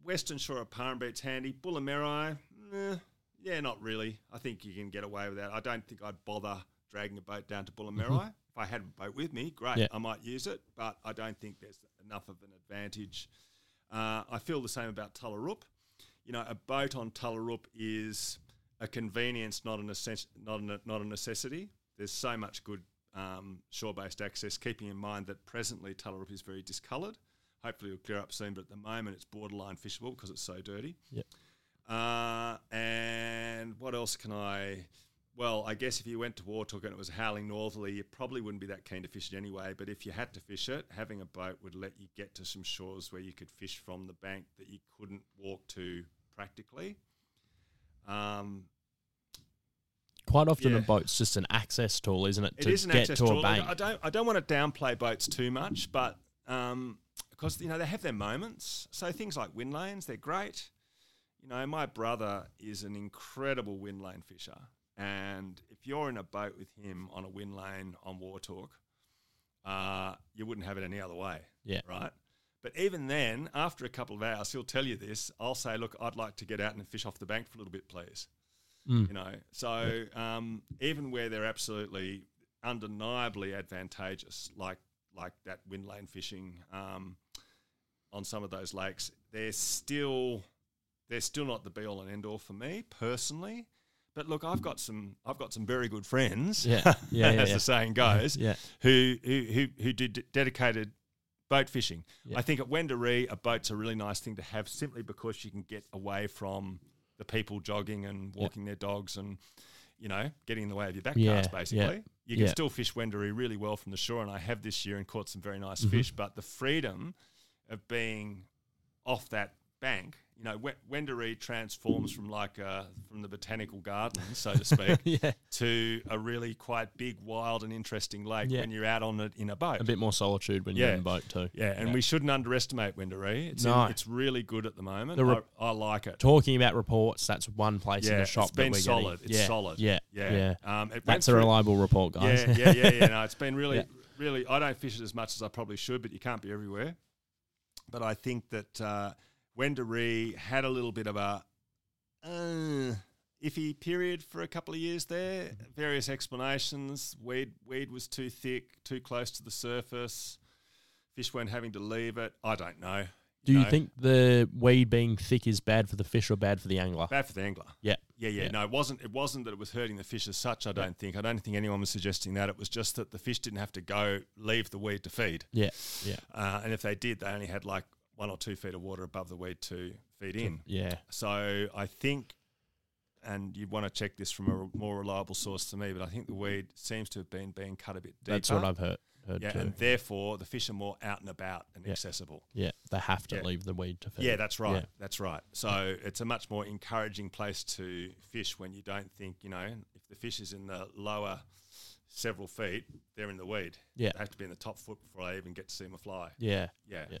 western shore of Parrambeet's handy. Bullamerai, eh, yeah, not really. I think you can get away with that. I don't think I'd bother dragging a boat down to Bullamerai. If I had a boat with me, great, Yeah. I might use it, but I don't think there's enough of an advantage. Uh, I feel the same about Tullaroop. You know, a boat on Tullaroop is a convenience, not an essen- not a, not a necessity. There's so much good um, shore-based access. Keeping in mind that presently Tullaroop is very discoloured. Hopefully, it'll clear up soon. But at the moment, it's borderline fishable because it's so dirty. Yeah. Uh, and what else can I? Well, I guess if you went to Wartook and it was howling northerly, you probably wouldn't be that keen to fish it anyway. But if you had to fish it, having a boat would let you get to some shores where you could fish from the bank that you couldn't walk to practically. Um, Quite often a yeah. boat's just an access tool, isn't it? it to is an get access to tool. a Look, bank. I don't I don't want to downplay boats too much, but um, because you know they have their moments. So things like wind lanes, they're great. You know, my brother is an incredible wind lane fisher, and if you're in a boat with him on a wind lane on Wartalk, uh, you wouldn't have it any other way. Yeah. Right. But even then, after a couple of hours, he'll tell you this. I'll say, "Look, I'd like to get out and fish off the bank for a little bit, please." you know. So um, even where they're absolutely undeniably advantageous, like like that wind lane fishing um, on some of those lakes, they're still they're still not the be all and end all for me personally. But look, I've got some I've got some very good [laughs] friends, Yeah, yeah, yeah, [laughs] as yeah. the saying goes, Yeah. [laughs] who who who who do d- dedicated boat fishing. Yeah. I think at Wendaree, a boat's a really nice thing to have simply because you can get away from the people jogging and walking their dogs and you know getting in the way of your backcast Yeah, basically. yeah, You can yeah. still fish Wendaree really well from the shore, and I have this year and caught some very Mm-hmm. nice fish. But the freedom of being off that bank. You know, Wen- Wendaree transforms from like uh, from the botanical garden, so to speak, Yeah. to a really quite big, wild, and interesting lake Yeah. when you're out on it in a boat. A bit more solitude when you're Yeah. in a boat too. yeah, and we shouldn't underestimate Wendaree. It's in- No. it's really good at the moment. The rep- I, I like it. Talking about reports, that's one place in Yeah, the shop it's been that we're solid. Getting. It's yeah, solid. Yeah, yeah. yeah. Um, it went that's a through- reliable report, guys. Yeah, yeah, yeah, yeah. No, it's been really, Yeah. really. I don't fish it as much as I probably should, but you can't be everywhere. But I think that uh, Wendaree had a little bit of a uh, iffy period for a couple of years there. Various explanations: weed, weed was too thick, too close to the surface. Fish weren't having to leave it. I don't know. [laughs] Do you know. think the weed being thick is bad for the fish or bad for the angler? bad for the angler? yeah. Yeah, yeah, Yeah. No, it wasn't. It wasn't that it was hurting the fish as such. I don't think. I don't think anyone was suggesting that. It was just that the fish didn't have to go leave the weed to feed. Yeah. Yeah. Uh, and if they did, they only had like one or two feet of water above the weed to feed in. Yeah. So I think, and you'd want to check this from a re- more reliable source to me, but I think the weed seems to have been being cut a bit deeper. That's what I've heard. heard Yeah, too. and therefore the fish are more out and about and Yeah. accessible. yeah, they have to Yeah. leave the weed to feed. Yeah, that's right. Yeah. That's right. So it's a much more encouraging place to fish when you don't think, you know, if the fish is in the lower several feet, they're in the weed. Yeah. They have to be in the top foot before I even get to see them fly. yeah, Yeah. Yeah.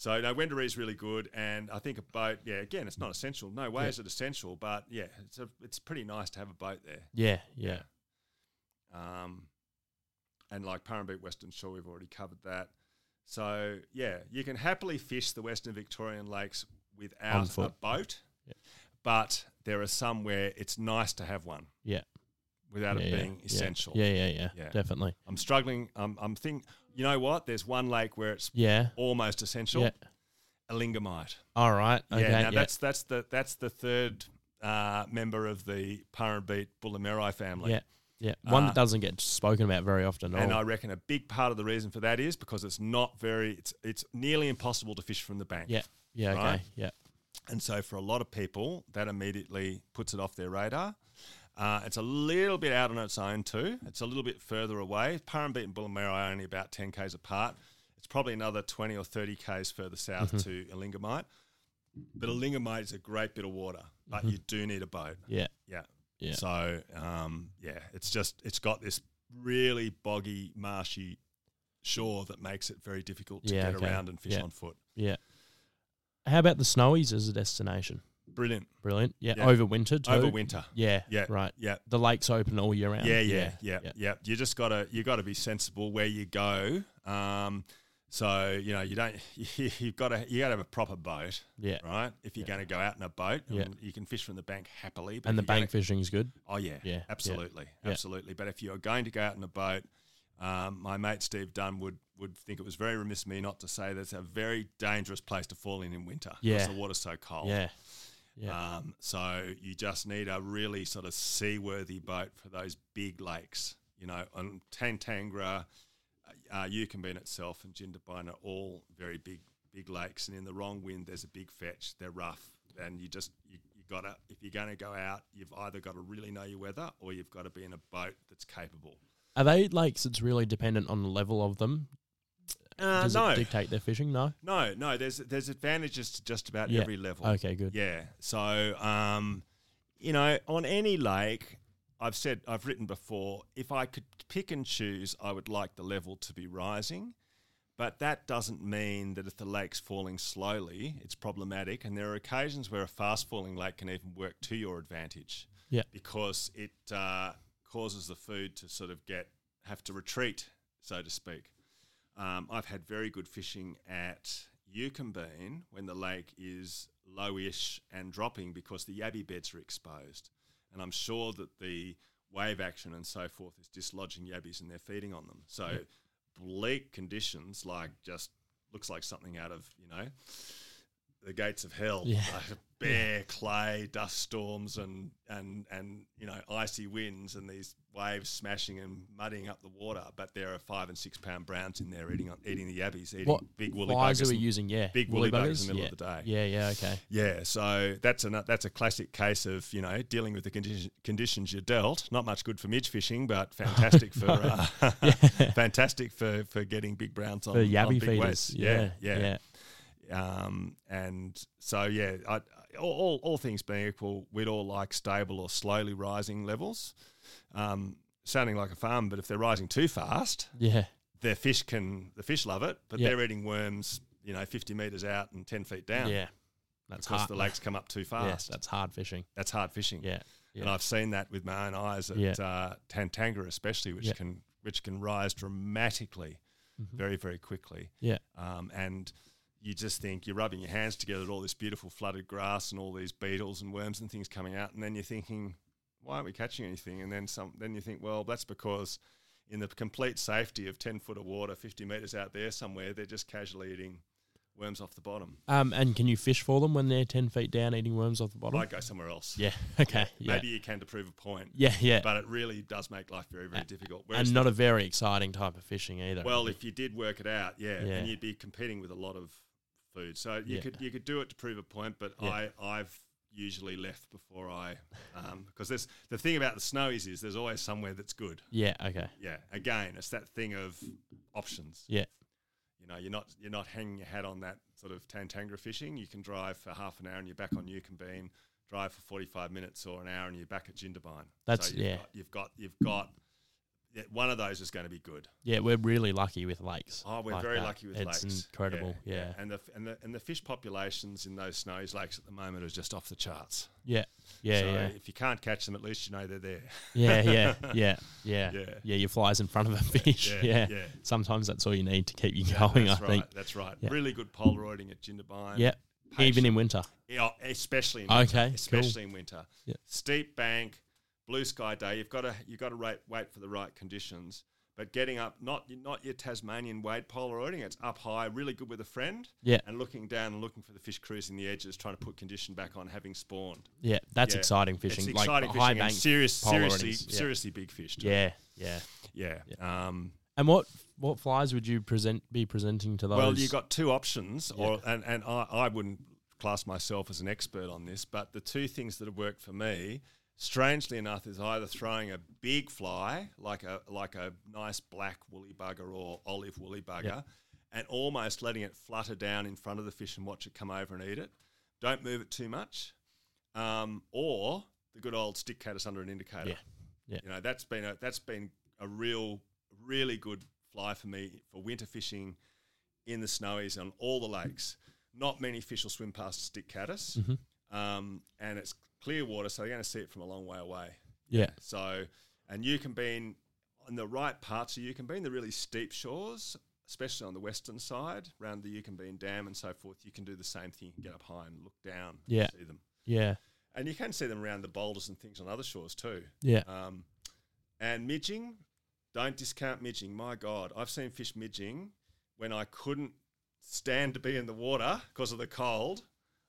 So no, Wendouree is really good, and I think a boat. Yeah, again, it's not essential. No way is it essential, but yeah, it's a, it's pretty nice to have a boat there. yeah, yeah, Um, and like Parrambeet Western Shore, we've already covered that. So yeah, you can happily fish the Western Victorian lakes On without a foot. boat, Yeah. but there are some where it's nice to have one yeah. without yeah, it yeah, being yeah. essential. Yeah, yeah, yeah, Yeah. Definitely. I'm struggling. I'm I'm think. You know what? There's one lake where it's Yeah. almost essential. Yeah. Elingamite. All right. Okay. yeah, now yeah. that's that's the that's the third uh, member of the Parrambeet Bullamerai family. yeah. Oh. Yeah. One Uh, that doesn't get spoken about very often. at And all. I reckon a big part of the reason for that is because it's not very it's it's nearly impossible to fish from the bank. yeah. Yeah. Okay. right? Yeah. And so for a lot of people, that immediately puts it off their radar. Uh, it's a little bit out on its own too. It's a little bit further away. Parrambeet and Bullamerra are only about 10 k's apart. It's probably another 20 or 30 k's further south Mm-hmm. to Elingamite. But Elingamite is a great bit of water, but Mm-hmm. you do need a boat. Yeah. Yeah. Yeah. So um, yeah, it's just it's got this really boggy, marshy shore that makes it very difficult to Yeah, get okay. around and fish Yeah. on foot. Yeah. How about the Snowies as a destination? Brilliant Brilliant. Yeah. Yeah. Over winter too. over winter. Yeah. Yeah. Right. Yeah. The lake's open all year round. Yeah, yeah, yeah, yeah, You just gotta you gotta be sensible where you go. Um, so you know you don't [laughs] you, you've gotta you gotta have a proper boat, Yeah. right? If you're going to go out in a boat, Yeah. um, you can fish from the bank happily. but And the if you're gonna- bank fishing's good. Oh yeah, Yeah, yeah, absolutely, yeah. absolutely. But if you're going to go out in a boat, um, my mate Steve Dunn would would think it was very remiss of me not to say that's a very dangerous place to fall in in winter. 'cause Yeah. the water's so cold. Yeah. Yeah. Um, so you just need a really sort of seaworthy boat for those big lakes. You know, on Tantangra, uh, Eucumbene itself, and Jindabyne are all very big, big lakes. And in the wrong wind, there's a big fetch. They're rough, and you just you, you gotta if you're going to go out, you've either got to really know your weather, or you've got to be in a boat that's capable. Are they lakes that's really dependent on the level of them? Uh, Does no, it dictate their fishing? No. no, no. There's there's advantages to just about Yeah. every level. Okay. Good. Yeah. So, um, you know, on any lake, I've said, I've written before, if I could pick and choose, I would like the level to be rising. But that doesn't mean that if the lake's falling slowly, it's problematic. And there are occasions where a fast falling lake can even work to your advantage Yeah. because it uh, causes the food to sort of get, have to retreat, so to speak. Um, I've had very good fishing at Eucumbene when the lake is lowish and dropping because the yabby beds are exposed. And I'm sure that the wave action and so forth is dislodging yabbies and they're feeding on them. So bleak conditions, like just looks like something out of, you know, the gates of hell. Yeah. [laughs] Like bare clay, dust storms, and, and, and, you know, icy winds and these waves smashing and muddying up the water. But there are five and six pound browns in there eating, on- eating the yabbies, eating What big woolly flies buggers. are we and- using? Yeah. big woolly buggers in the middle yeah. of the day. Yeah. Yeah. Okay. yeah, so that's a that's a classic case of you know dealing with the condi- conditions you're dealt. Not much good for midge fishing, but [laughs] fantastic for uh, [laughs] fantastic for, for getting big browns on, For on yabby big feeders. weights. Yeah. yeah, um, and so yeah, I, I- all, all all things being equal, we'd all like stable or slowly rising levels. Um, sounding like a farm, but if they're rising too fast, Yeah. their fish can the fish love it, but Yeah. they're eating worms, you know, fifty meters out and ten feet Yeah. down yeah. That's because hard. the lakes come up [laughs] too yes, fast. that's hard fishing. that's hard fishing. Yeah. And I've seen that with my own eyes at Yeah. uh, Tantanga, especially, which Yeah. Mm-hmm. can which can rise dramatically, very very quickly. Yeah. Um, and you just think you're rubbing your hands together at all this beautiful flooded grass and all these beetles and worms and things coming out, and then you're thinking, why aren't we catching anything? And then some, then you think, well, that's because in the complete safety of ten foot of water, fifty meters out there somewhere, they're just casually eating worms off the bottom. Um, and can you fish for them when they're ten feet down eating worms off the bottom? I go somewhere else. yeah. [laughs] Okay. Yeah. Maybe you can to prove a point. Yeah. Yeah. But it really does make life very, very difficult. Whereas and not a very exciting type of fishing either. Well, if you did work it out, yeah, Yeah. and you'd be competing with a lot of food. So you Yeah. could you could do it to prove a point, but Yeah. I I've usually left before I um, because there's the thing about the snowies is there's always somewhere that's good. Yeah. Okay. Yeah, again, it's that thing of options. Yeah. You know, you're not you're not hanging your hat on that sort of Tantangra fishing. You can drive for half an hour and you're back on Bean. Drive for 45 minutes or an hour and you're back at Jindabyne. That's- you've yeah. Got, you've got you've got yeah, one of those is going to be good. Yeah. We're really lucky with lakes. Oh, we're like very that. lucky with it's lakes. incredible. Yeah. Yeah. And the and the and the fish populations in those snows lakes at the moment are just off the charts. Yeah. Yeah. so yeah. if you can't catch them, at least you know they're there. [laughs] Yeah, yeah, yeah, yeah, Yeah. yeah. Your flies in front of a fish. [laughs] yeah, Yeah, yeah. Sometimes that's all you need to keep you going. That's I right. think. That's right. Yeah. Really good polaroiding at Jindabyne. Yeah. Even in winter. Yeah, especially in winter, Okay, cool. especially in winter. Yeah. Steep bank, blue sky day. You've got to you've got to wait, wait for the right conditions. But getting up, not not your Tasmanian wade polaroiding. It's up high, really good with a friend. Yeah. And looking down and looking for the fish cruising the edges, trying to put condition back on having spawned. Yeah, that's Yeah. exciting fishing. It's exciting like fishing high and bank, serious, polar seriously, innings. yeah. seriously big fish. too. Yeah, yeah. yeah. Um, And what what flies would you present be presenting to those? Well, you got two options, or and, and I, I wouldn't class myself as an expert on this, but the two things that have worked for me, strangely enough, is either throwing a big fly like a like a nice black woolly bugger or olive woolly bugger, and almost letting it flutter down in front of the fish and watch it come over and eat it. Don't move it too much, um, or the good old stick caddis under an indicator. Yeah. Yeah. You know that's been a that's been a real really good fly for me for winter fishing in the snowies on all the lakes. Not many fish will swim past a stick caddis, um, and it's clear water, so they're going to see it from a long way away. yeah, So, and you can be in, on the right parts of you can be in the really steep shores, especially on the western side, around the you can be in dam and so forth. You can do the same thing. You can get up high and look down, and Yeah. see them, yeah, and you can see them around the boulders and things on other shores too. yeah, Um, and midging, don't discount midging. My God, I've seen fish midging when I couldn't stand to be in the water because of the cold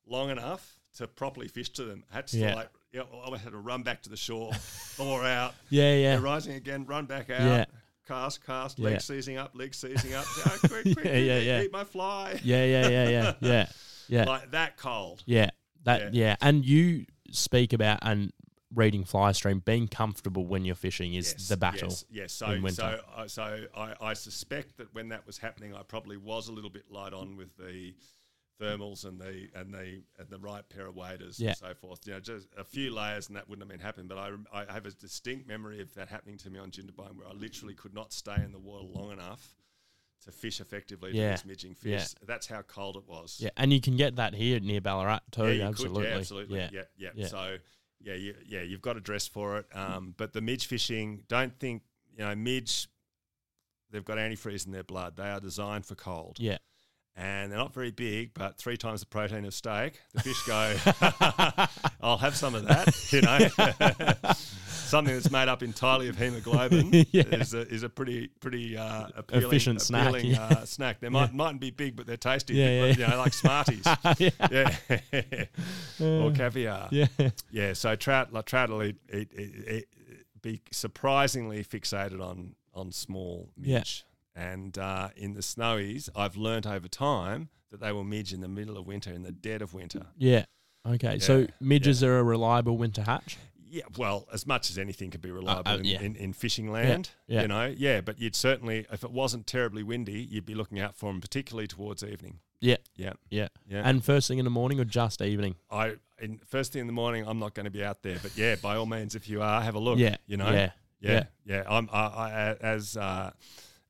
long enough to properly fish to them. I had to Yeah. like, yeah, I had to run back to [laughs] the shore, thaw out, yeah, they're yeah, rising again, run back out, Yeah. cast, cast, Yeah. leg seizing up, leg [laughs] seizing up. Oh, quick, quick, Yeah, yeah, eat- yeah. eat my fly. yeah, yeah, yeah, yeah, [laughs] yeah, yeah. Like that cold. Yeah, Yeah. that yeah. And you speak about and reading fly stream being comfortable when you're fishing is the battle. Yes, yes. So, in winter. so, I so I, I suspect that when that was happening, I probably was a little bit light on with the thermals and the and the and the right pair of waders Yeah. and so forth. You know, just a few layers, and that wouldn't have been happening. But I, rem- I have a distinct memory of that happening to me on Jindabyne, where I literally could not stay in the water long enough to fish effectively Yeah. to these midging fish. That's how cold it was. Yeah, and you can get that here near Ballarat too. you Oh, absolutely. Could, yeah, absolutely. Yeah. Yeah. Yeah, Yeah. So yeah, you, yeah, you've got to dress for it. Mm. Um, but the midge fishing, don't think you know midge. They've got antifreeze in their blood. They are designed for cold, Yeah. and they're not very big, but three times the protein of steak. The fish [laughs] go, [laughs] "I'll have some of that," you know. [laughs] Something that's made up entirely of hemoglobin [laughs] Yeah. E-, is, a, is a pretty pretty uh, appealing, Efficient snack, appealing, yeah. Uh, snack. They might mightn't be big, but they're tasty. Yeah, yeah, You know, [laughs] like Smarties. [laughs] yeah. yeah, [laughs] or caviar. Yeah, [laughs] Yeah. so trout, like, trout will eat, eat, eat- eat- be surprisingly fixated on on small Yeah. midge. And uh, in the snowies, I've learnt over time that they will midge in the middle of winter, in the dead of winter. Yeah. Okay. So Yeah, midges are a reliable winter hatch. [laughs] Yeah, well, as much as anything could be reliable in, Uh, yeah. in, in fishing land, yeah. you know, yeah. But you'd certainly, if it wasn't terribly windy, you'd be looking out for them, particularly towards evening. Yeah. Yeah. Yeah. Yeah. And first thing in the morning or just evening? I in, first thing in the morning, I'm not going to be out there, but yeah, by all means, if you are, have a look. Yeah. you know, Yeah. yeah, yeah. I'm I, I as uh,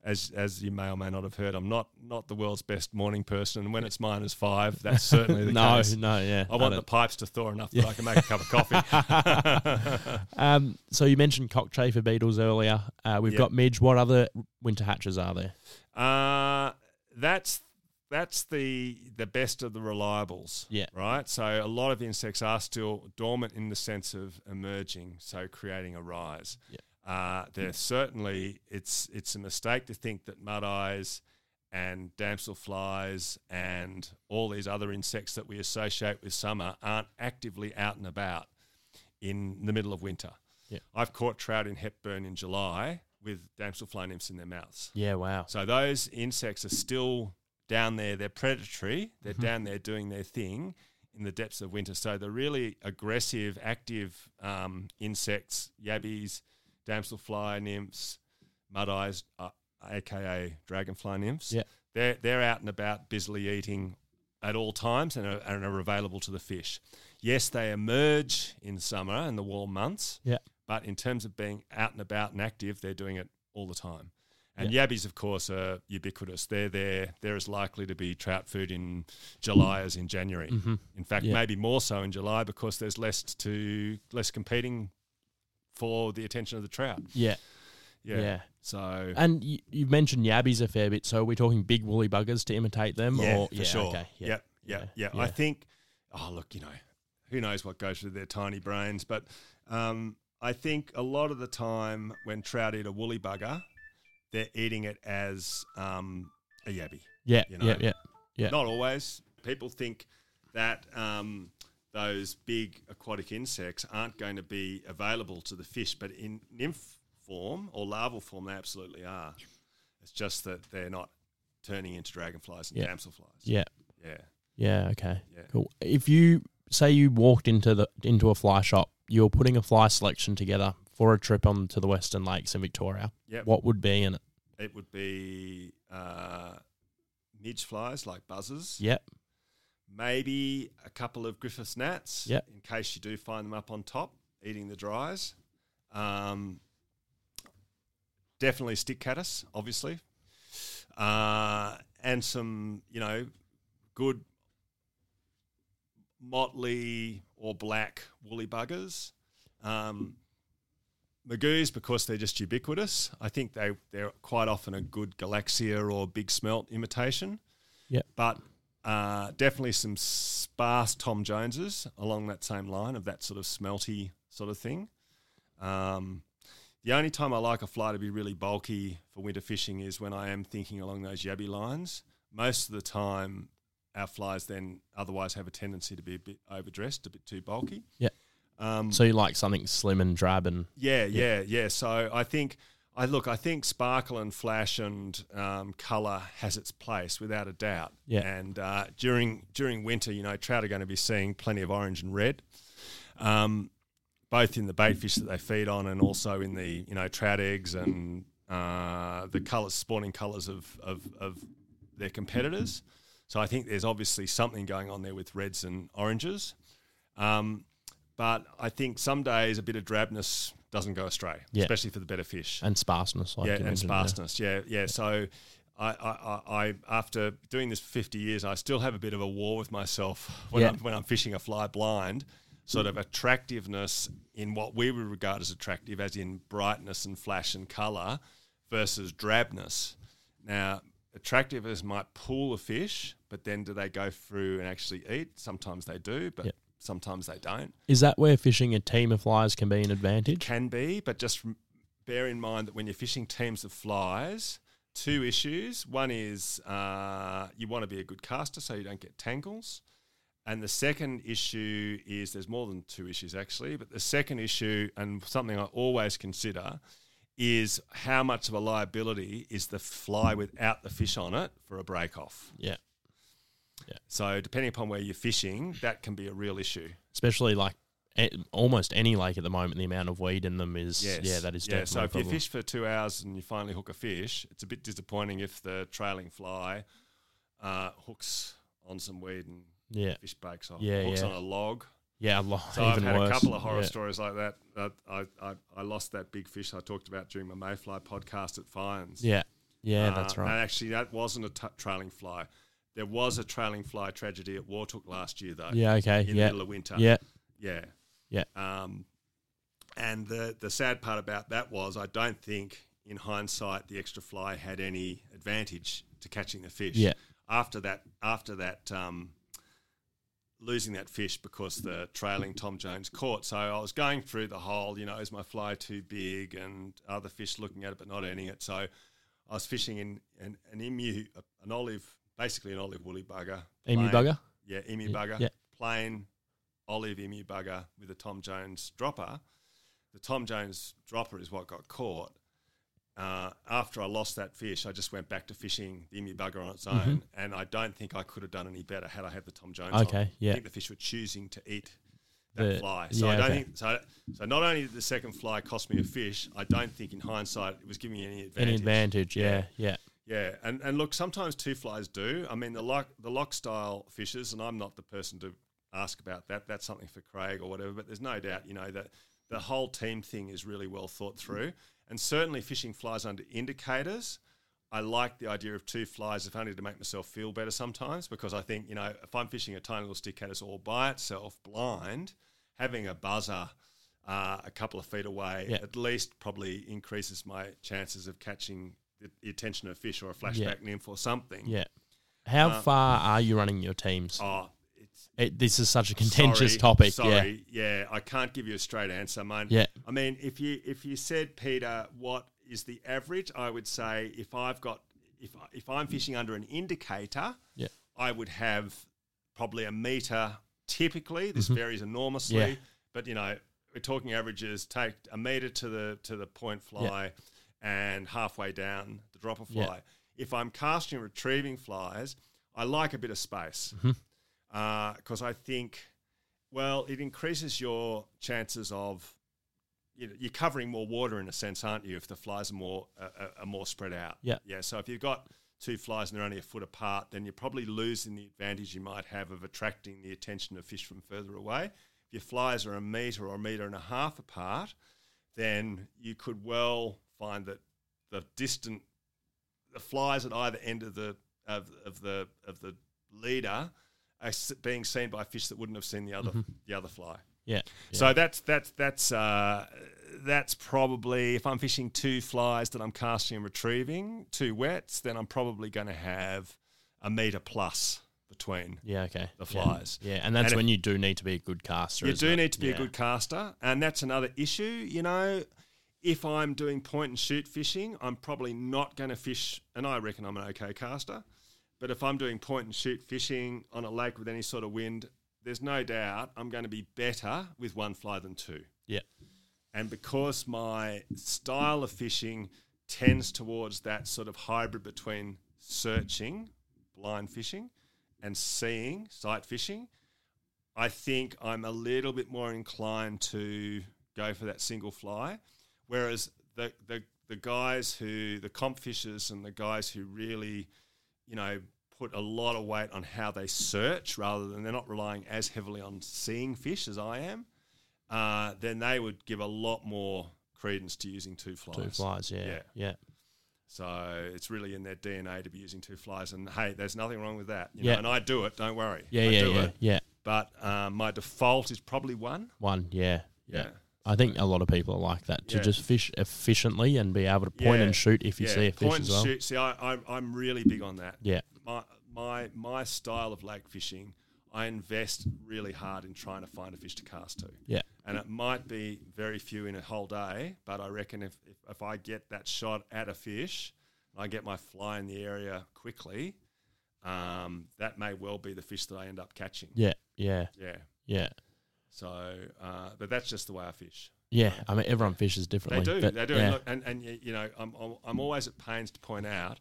as as you may or may not have heard, I'm not not the world's best morning person. And when it's minus five, that's certainly [laughs] the No, case. no, yeah. I want the don't- pipes to thaw enough that I can make a cup [laughs] of coffee. um, so you mentioned cockchafer beetles earlier. Uh, we've Yeah. got midge. What other winter hatches are there? Uh, that's that's the the best of the reliables. Yeah. Right. So a lot of insects are still dormant in the sense of emerging, so creating a rise. Yeah. Uh, there certainly it's it's a mistake to think that mud eyes and damselflies and all these other insects that we associate with summer aren't actively out and about in the middle of winter. Yeah. I've caught trout in Hepburn in July with damselfly nymphs in their mouths. Yeah, wow. So those insects are still down there. They're predatory. They're Mm-hmm. down there doing their thing in the depths of winter. So the really aggressive, active um, insects, yabbies, damselfly nymphs, mud eyes, uh, aka dragonfly nymphs. Yeah. They're, they're out and about busily eating at all times and are, and are available to the fish. Yes, they emerge in summer and the warm months. Yeah. But in terms of being out and about and active, they're doing it all the time. And yabbies, of course, are ubiquitous. They're there. They're as likely to be trout food in July as in January. Mm-hmm. In fact, Mm. Yeah. maybe more so in July because there's less to less competing for the attention of the trout. Yeah. Yeah. Yeah. So And you, you've mentioned yabbies a fair bit, so are we talking big woolly buggers to imitate them? yeah, or, for sure. yeah. Yeah, yeah, yeah, I yeah. think. Oh, look, you know, who knows what goes through their tiny brains, but um, I think a lot of the time when trout eat a woolly bugger, they're eating it as um, a yabby. Yeah, You know. yeah, yeah. Yeah. Not always. People think that um, those big aquatic insects aren't going to be available to the fish, but in nymph form or larval form, they absolutely are. It's just that they're not turning into dragonflies and Yeah. damselflies. Yeah. Yeah. Yeah, okay. Yeah. Cool. If you say you walked into the into a fly shop, you're putting a fly selection together for a trip on to the Western Lakes in Victoria. Yep. What would be in it? It would be uh, midge flies like buzzers. Yep. Maybe a couple of Griffith's gnats Yep. in case you do find them up on top eating the dries. Um, definitely stick caddis, obviously. Uh, and some, you know, good motley or black woolly buggers. Um, Magoos, because they're just ubiquitous, I think they, they're quite often a good Galaxia or Big Smelt imitation. Yep. But uh, definitely some sparse Tom Joneses along that same line of that sort of smelty sort of thing. Um, the only time I like a fly to be really bulky for winter fishing is when I am thinking along those yabby lines. Most of the time, our flies then otherwise have a tendency to be a bit overdressed, a bit too bulky. Yep. Um, So you like something slim and drab and yeah, yeah, yeah. So I think I look. I think sparkle and flash and um, color has its place without a doubt. Yeah. And uh, during during winter, you know, trout are going to be seeing plenty of orange and red, um, both in the bait fish that they feed on and also in the you know trout eggs and uh, the colors spawning colors of, of of their competitors. So I think there's obviously something going on there with reds and oranges. Um, but I think some days a bit of drabness doesn't go astray, Yeah. especially for the better fish. and sparseness like yeah, you and mentioned there. sparseness. Yeah, yeah. So I, I, I, I, after doing this for 50 years, I still have a bit of a war with myself when, Yeah. I'm, when I'm fishing a fly blind. Sort of attractiveness in what we would regard as attractive, as in brightness and flash and color, versus drabness. Now, attractiveness might pull a fish, but then do they go through and actually eat? Sometimes they do, but Yeah. sometimes they don't. Is that where fishing a team of flies can be an advantage? Can be, but just rem- bear in mind that when you're fishing teams of flies, two issues. One is uh, you want to be a good caster so you don't get tangles. And the second issue is there's more than two issues actually, but the second issue, and something I always consider, is how much of a liability is the fly without the fish on it for a break off. Yeah. So, depending upon where you're fishing, that can be a real issue. Especially like a- almost any lake at the moment, the amount of weed in them is Yes. yeah, that is yeah. definitely So a if you problem. fish for two hours and you finally hook a fish, it's a bit disappointing if the trailing fly uh, hooks on some weed and yeah, fish breaks off. Yeah, hooks yeah. on a log. yeah, a lot- So I've even had worse. a couple of horror yeah. stories like that. that I, I I lost that big fish I talked about during my mayfly podcast at Fines. Yeah, yeah, that's Uh, right. And actually, that wasn't a t- trailing fly. There was a trailing fly tragedy at Wartook last year, though. yeah, okay, In the yeah, middle of winter. yeah, Yeah. Yeah. Um, and the the sad part about that was I don't think in hindsight the extra fly had any advantage to catching the fish. Yeah. After that, after that, um, losing that fish because the trailing Tom Jones caught. So I was going through the whole, you know, is my fly too big, and other fish looking at it but not eating it. So I was fishing in an, an emu, an olive, basically an olive woolly bugger. emu plain- bugger. yeah, emu Yeah, bugger, yeah. plain olive emu bugger with a Tom Jones dropper. The Tom Jones dropper is what got caught. uh, after I lost that fish, I just went back to fishing the emu bugger on its own, Mm-hmm. and I don't think I could have done any better had I had the Tom Jones. on. Okay, yeah. I think the fish were choosing to eat that The- fly. So I yeah, don't okay. think so. So not only did the second fly cost me a fish, I don't think in hindsight it was giving me any advantage. Any advantage? Yeah, yeah. Yeah, and, and look, sometimes two flies do. I mean, the lock the lock style fishes, and I'm not the person to ask about that. That's something for Craig or whatever. But there's no doubt, you know, that the whole team thing is really well thought through. And certainly, fishing flies under indicators. I like the idea of two flies, if only to make myself feel better sometimes, because I think you know, if I'm fishing a tiny little stickhead all by itself, blind, having a buzzer. Uh, a couple of feet away, Yeah. at least, probably increases my chances of catching the, the attention of fish or a flashback nymph or something. Yeah. How far are you running your teams? Uh, Oh, it's It, this is such a contentious sorry, topic. Yeah. Sorry, yeah. I can't give you a straight answer, mate. Yeah. I mean, if you if you said Peter, what is the average? I would say if I've got if I- if I'm fishing under an indicator, Yeah. I would have probably a meter. Typically, this varies enormously, Mm-hmm. Yeah. but you know, we're talking averages. Take a meter to the to the point fly, and halfway down the dropper Yeah. fly. If I'm casting and retrieving flies, I like a bit of space Mm-hmm. because I think, well, it increases your chances of you know, you're covering more water in a sense, aren't you? If the flies are more uh, are more spread out, Yeah. yeah. So if you've got two flies and they're only a foot apart, then you're probably losing the advantage you might have of attracting the attention of fish from further away. If your flies are a meter or a meter and a half apart, then you could well find that the distant the flies at either end of the of, of the of the leader are s- being seen by fish that wouldn't have seen the other the other fly. Yeah. So that's that's that's uh, that's probably if I'm fishing two flies that I'm casting and retrieving, two wets, then I'm probably going to have a meter plus between Yeah. Okay. the flies. Yeah, and that's And if- when you do need to be a good caster. You isn't do it? need to be Yeah. a good caster, and that's another issue. You know, if I'm doing point and shoot fishing, I'm probably not going to fish, and I reckon I'm an okay caster. But if I'm doing point and shoot fishing on a lake with any sort of wind, there's no doubt I'm going to be better with one fly than two. Yeah. And because my style of fishing tends towards that sort of hybrid between searching, blind fishing, and seeing, sight fishing, I think I'm a little bit more inclined to go for that single fly. Whereas the, the, the guys who, the comp fishers and the guys who really, you know, put a lot of weight on how they search rather than they're not relying as heavily on seeing fish as I am, uh, then they would give a lot more credence to using two flies. Two flies. Yeah. Yeah. Yeah. So it's really in their DNA to be using two flies. And hey, there's nothing wrong with that. You Yeah. know, and I do it, don't worry. Yeah. I Yeah. do Yeah. it yeah. but um, my default is probably one. One. Yeah. Yeah. Yeah. I think a lot of people are like that to Yeah. just fish efficiently and be able to point Yeah. and shoot if you see a fish point as and well. shoot. See, I, I, I'm really big on that. Yeah. My, my, my style of lake fishing, I invest really hard in trying to find a fish to cast to. Yeah. And it might be very few in a whole day, but I reckon if, if, if I get that shot at a fish and I get my fly in the area quickly, um, that may well be the fish that I end up catching. Yeah. Yeah. Yeah. Yeah. So, uh, but that's just the way I fish. Yeah. I mean, everyone fishes differently. They do. but they do. Yeah. And, look, and, and y- you know, I'm, I'm, I'm always at pains to point out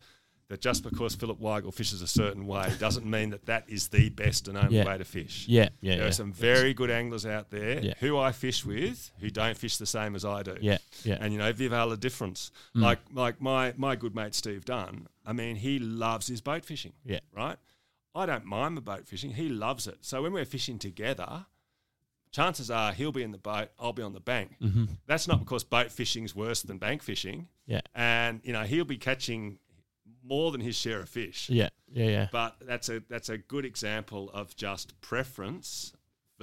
that just because Philip Weigel fishes a certain way doesn't mean that that is the best and only Yeah. way to fish. yeah. Yeah. There Yeah. are some very good anglers out there Yeah. who I fish with who don't fish the same as I do. yeah. Yeah. Mm. And you know, vive la difference. Like like my my good mate Steve Dunn. I mean, he loves his boat fishing. Yeah. Right. I don't mind the boat fishing. He loves it. So when we're fishing together, chances are he'll be in the boat, I'll be on the bank. Mm-hmm. That's not because boat fishing's worse than bank fishing. Yeah. And you know, he'll be catching more than his share of fish. Yeah. Yeah. Yeah. But that's a that's a good example of just preference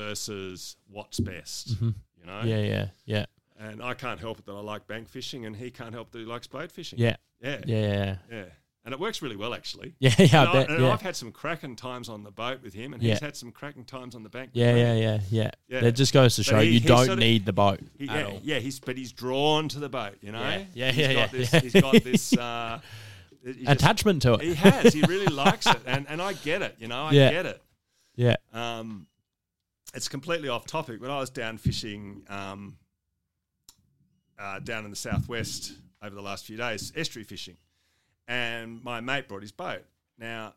versus what's best. You know? Mm-hmm. Yeah. Yeah. Yeah. and I can't help it that I like bank fishing, and he can't help that he likes boat fishing. Yeah. yeah, yeah, Yeah. [laughs] and it works really well actually. Yeah. Yeah. and I I, bet. and Yeah. I've had some cracking times on the boat with him, and Yeah. he's had some cracking times on the bank. with Yeah, me. yeah, yeah, yeah, Yeah. That just goes to show he- you he don't sorta- need the boat He, at yeah, all. yeah, he's but he's drawn to the boat, you know. Yeah, yeah, He's yeah, got yeah, this, yeah. He's [laughs] got this. Uh, he just- Attachment to it. he has. He really likes it, and and I get it. You know, I Yeah. get it. yeah. Um, it's completely off topic, but I was down fishing um, uh, down in the southwest over the last few days, estuary fishing. And my mate brought his boat. Now,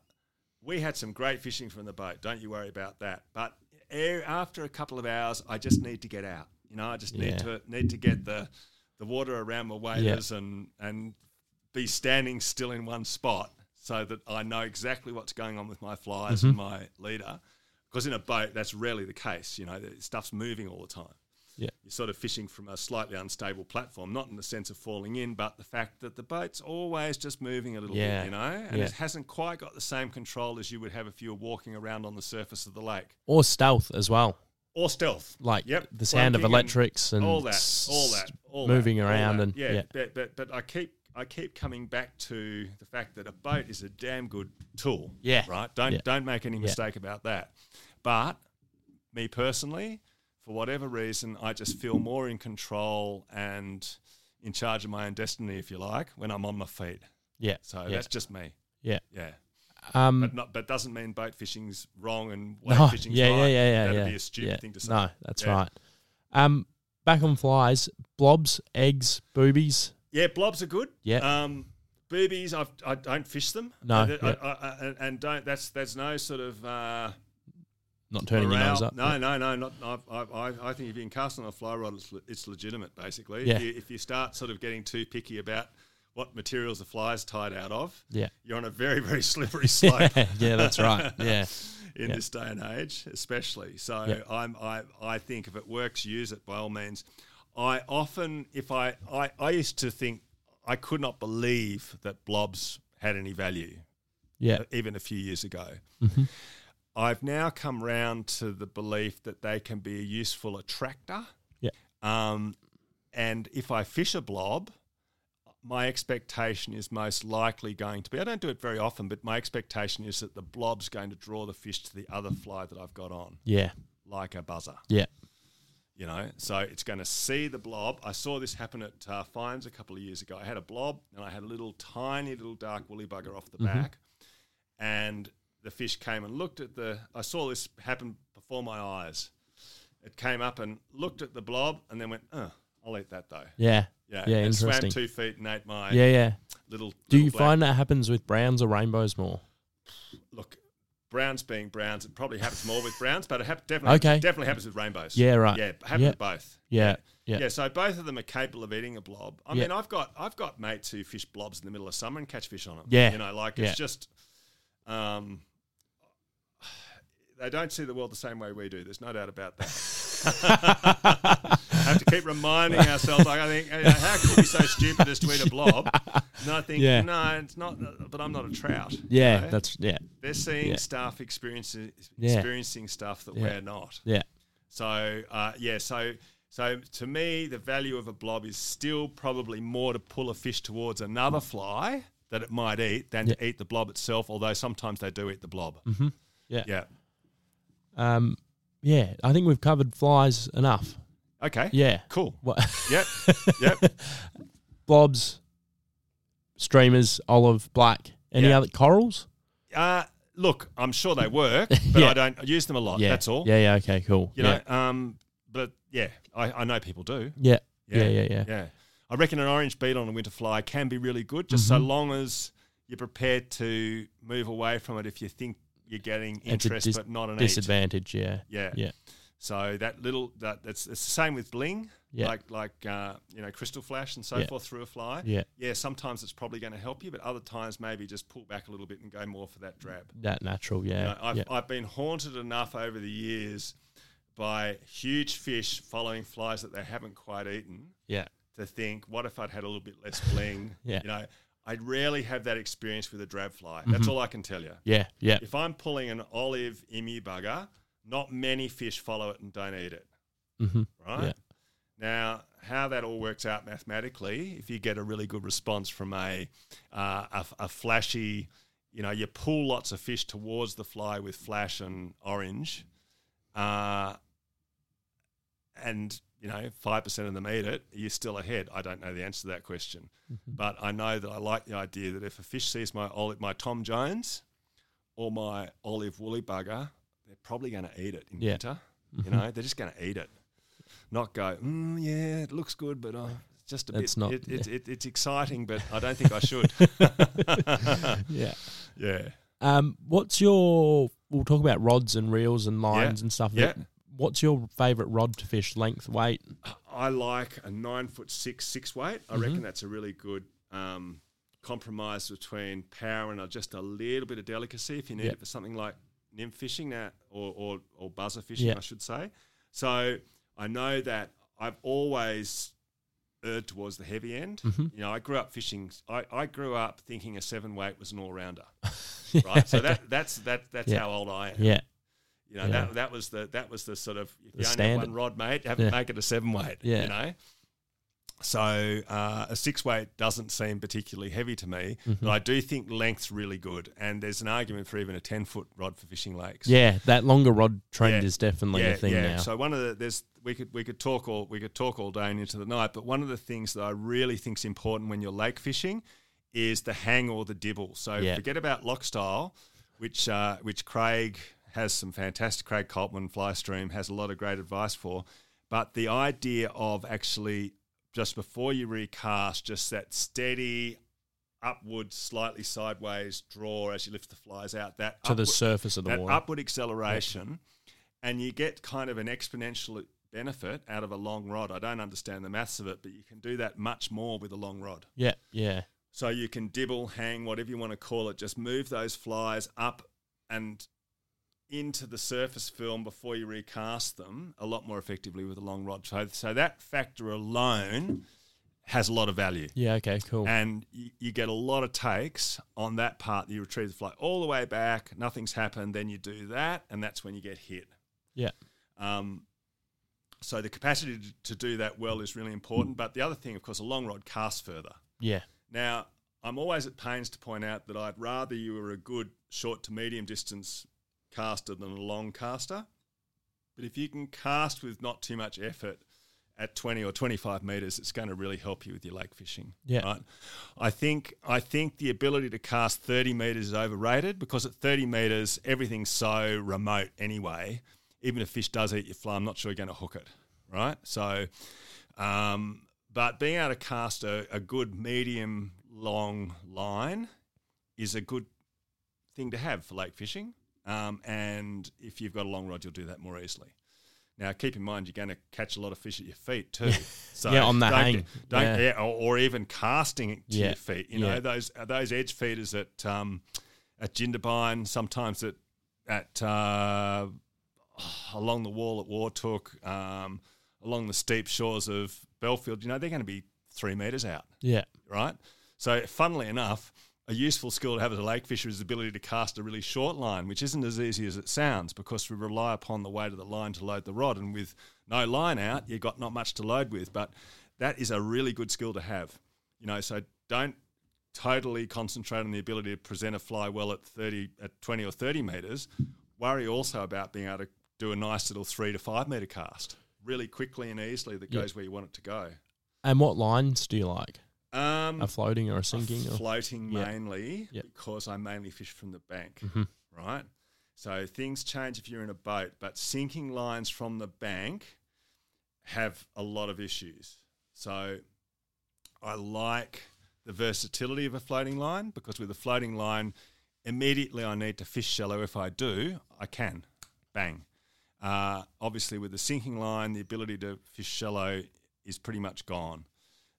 we had some great fishing from the boat. Don't you worry about that. But a- after a couple of hours, I just need to get out. You know, I just need to need to get the the water around my waders and and be standing still in one spot so that I know exactly what's going on with my flies Mm-hmm. and my leader. Because in a boat, that's rarely the case. You know, the stuff's moving all the time. Yeah. You're sort of fishing from a slightly unstable platform, not in the sense of falling in, but the fact that the boat's always just moving a little Yeah. bit, you know, and Yeah. it hasn't quite got the same control as you would have if you were walking around on the surface of the lake Or stealth as well. or stealth. Like Yep, the sound of clunking and- electrics and all that, s- all that, all that, moving all around that. and yeah, yeah. But, but but I keep I keep coming back to the fact that a boat is a damn good tool. Yeah. right. Don't Yeah. don't make any mistake about that. But me personally, for whatever reason, I just feel more in control and in charge of my own destiny, if you like, when I'm on my feet. yeah, So yeah, that's just me. yeah. Yeah. Um, But not, but doesn't mean boat fishing's wrong and [laughs] wake No, fishing's yeah, right. yeah, yeah, yeah, That'd yeah, be a stupid yeah. thing to say. No, that's Yeah. right. Um, back on flies, blobs, eggs, boobies. Yeah, blobs are good. Yeah. Um, boobies, I've, I don't fish them. No, And, uh, I- yeah. I- I- and- and don't. That's that's no sort of uh, Not turning your morale. nose up. No, no, no. Not. I, I, I- I think if you can cast on a fly rod, it's, le- it's legitimate. Basically, Yeah. if, you, if you start sort of getting too picky about what materials the fly is tied out of, Yeah. [laughs] you're on a very very [laughs] slippery slope. yeah, that's right. Yeah, in this day and age, especially. So Yeah. I'm, I, I think if it works, use it by all means. I often, if I, I, I used to think I could not believe that blobs had any value, yeah, [laughs] uh, even a few years ago. I've now come round to the belief that they can be a useful attractor. Yeah. Um, and if I fish a blob, my expectation is most likely going to be I don't do it very often, but my expectation is that the blob's going to draw the fish to the other fly that I've got on, yeah, like a buzzer. yeah, You know, so it's going to see the blob. I saw this happen at uh, Fines a couple of years ago. I had a blob and I had a little tiny little dark woolly bugger off the Mm-hmm. back, and the fish came and looked at the. I saw this happen before my eyes. It came up and looked at the blob and then went, "Oh, I'll eat that though." yeah, Yeah, Yeah, and interesting. swam two feet and ate my yeah, yeah. little. Do little you black find that happens with browns or rainbows more? look, browns being browns, it probably happens more with browns, but it hap- definitely Okay. definitely happens with rainbows. Yeah, right. Yeah, it happens Yeah. with both. Yeah, yeah, Yeah, so both of them are capable of eating a blob. I Yeah. mean, I've got I've got mates who fish blobs in the middle of summer and catch fish on them. Yeah. you know, like Yeah. it's just, um, they don't see the world the same way we do. There's no doubt about [laughs] that. I have to keep reminding ourselves. Like I think, you know, how could we be so stupid as to eat a blob? And I think, Yeah. no, it's not. But I'm not a trout. you yeah. know? That's yeah, They're seeing Yeah. stuff experiencing Yeah. experiencing stuff that we're not. yeah, So uh, yeah, so so to me, the value of a blob is still probably more to pull a fish towards another fly that it might eat than to eat the blob itself. Although sometimes they do eat the Mm. blob. Mm-hmm. Yeah. Yeah. um, yeah. I think we've covered flies enough. Okay. Yeah, Cool. what [laughs] Yep. Yep. blobs, streamers, olive, black, any Yeah. other corals? uh, look, I'm sure they [laughs] work, but Yeah. I don't I use them a lot. Yeah, Uh, That's all. Yeah, yeah. Okay, cool. You yeah. know. Um. But yeah, I, I know people do. yeah, yeah, Yeah. yeah, yeah. Yeah. I reckon an orange bead on a winter fly can be really good, just Mm-hmm. so long as you're prepared to move away from it if you think you're getting It's a interest, dis- but not an eat. Disadvantage. Yeah, Yeah. yeah, So that little that that's it's the same with bling, Yeah. like like uh, you know crystal flash and so Yeah. forth through a fly. yeah. Yeah, sometimes it's probably going to help you, but other times maybe just pull back a little bit and go more for that drab. That natural. You Yeah, know, I've, yeah, I've been haunted enough over the years by huge fish following flies that they haven't quite eaten yeah. to think, what if I'd had a little bit less bling? Yeah. You know, I'd rarely have that experience with a drab fly. That's all I can tell you. Yeah, yeah, If I'm pulling an olive emu bugger, not many fish follow it and don't eat it, hmm right? Yeah. Now, how that all works out mathematically, if you get a really good response from a, uh, a, a flashy, you know, you pull lots of fish towards the fly with flash and orange, uh, and you know five percent of them eat it, you're still ahead. I don't know the answer to that question, Mm-hmm. but I know that I like the idea that if a fish sees my olive, my Tom Jones, or my olive woolly bugger, they're probably going to eat it in Yeah. winter. You know, they're just going to eat it, not go. Mm, yeah, it looks good, but uh, just a It's bit. not- it, it, yeah. it, it's exciting, but I don't think I should. [laughs] Yeah. yeah. Um, what's your? We'll talk about rods and reels and lines and stuff. Yeah. What's your favorite rod to fish? Length, weight. I like a nine foot six six weight. I Mm-hmm. reckon that's a really good um, compromise between power and a, just a little bit of delicacy if you need Yep. it for something like nymph fishing uh, or, or or buzzer fishing, Yeah. I should say. So I know that I've always erred towards the heavy end. Mm-hmm. You know, I grew up fishing. I, I grew up thinking a seven weight was an [laughs] all rounder, right? So that that's that that's Yeah. how old I am. Yeah. You know, Yeah. that that was the that was the sort of if you only standard. have one rod, mate, have it Yeah. make it a seven weight. Yeah. You know? So uh, a six weight doesn't seem particularly heavy to me, Mm-hmm. but I do think length's really good. And there's an argument for even a ten foot rod for fishing lakes. Yeah. That longer rod trend Yeah. is definitely a thing now. So one of the there's we could we could talk all we could talk all day and into the night, but one of the things that I really think's important when you're lake fishing is the hang or the dibble. So Yeah. forget about lock style, which uh, which Craig has some fantastic Craig Coltman Flystream has a lot of great advice for, but the idea of actually just before you recast, just that steady upward, slightly sideways draw as you lift the flies out. That to the upward- surface of the that water. upward acceleration, and you get kind of an exponential benefit out of a long rod. I don't understand the maths of it, but you can do that much more with a long rod. Yeah. Yeah. So you can dibble, hang, whatever you want to call it, just move those flies up and into the surface film before you recast them a lot more effectively with a long rod. So, so that factor alone has a lot of value Yeah. Okay. Cool. and you, you get a lot of takes on that part. You retrieve the fly all the way back, nothing's happened. Then you do that, and that's when you get hit. yeah. Um, so the capacity to, to do that well is really important. But the other thing, of course, a long rod casts further. Yeah. Now, I'm always at pains to point out that I'd rather you were a good short to medium distance caster than a long caster. But if you can cast with not too much effort at 20 or 25 meters, it's going to really help you with your lake fishing. Yeah. Right? I think I think the ability to cast 30 meters is overrated because at 30 meters everything's so remote anyway. Even if fish does eat your fly, I'm not sure you're going to hook it. Right? So um, but being able to cast a, a good medium long line is a good thing to have for lake fishing. Um, and if you've got a long rod, you'll do that more easily. Now, keep in mind, you're going to catch a lot of fish at your feet too. [laughs] So Yeah, on the don't hang. get- don't, Yeah. yeah. or, or even casting it to Yeah. your feet. You Yeah. know those uh, those edge feeders at um, at Jindabyne, sometimes at at uh, [sighs] along the wall at Wartook, um, along the steep shores of Belfield, you know, they're going to be three metres out, Yeah. right? So, funnily enough, a useful skill to have as a lake fisher is the ability to cast a really short line, which isn't as easy as it sounds because we rely upon the weight of the line to load the rod. And with no line out, you've got not much to load with. But that is a really good skill to have, you know, so don't totally concentrate on the ability to present a fly well at 30 at 20 or 30 meters worry also about being able to do a nice little three to five meter cast really quickly and easily that Yeah. goes where you want it to go And what lines do you like? um, A floating or a sinking? Or? floating Yeah. mainly Yeah. Mm-hmm. because i mainly fish from the bank right so things change if you're in a boat but sinking lines from the bank have a lot of issues so I like the versatility of a floating line because with a floating line, immediately I need to fish shallow. If I do, I can. Bang. Uh, obviously, with the sinking line, the ability to fish shallow is pretty much gone.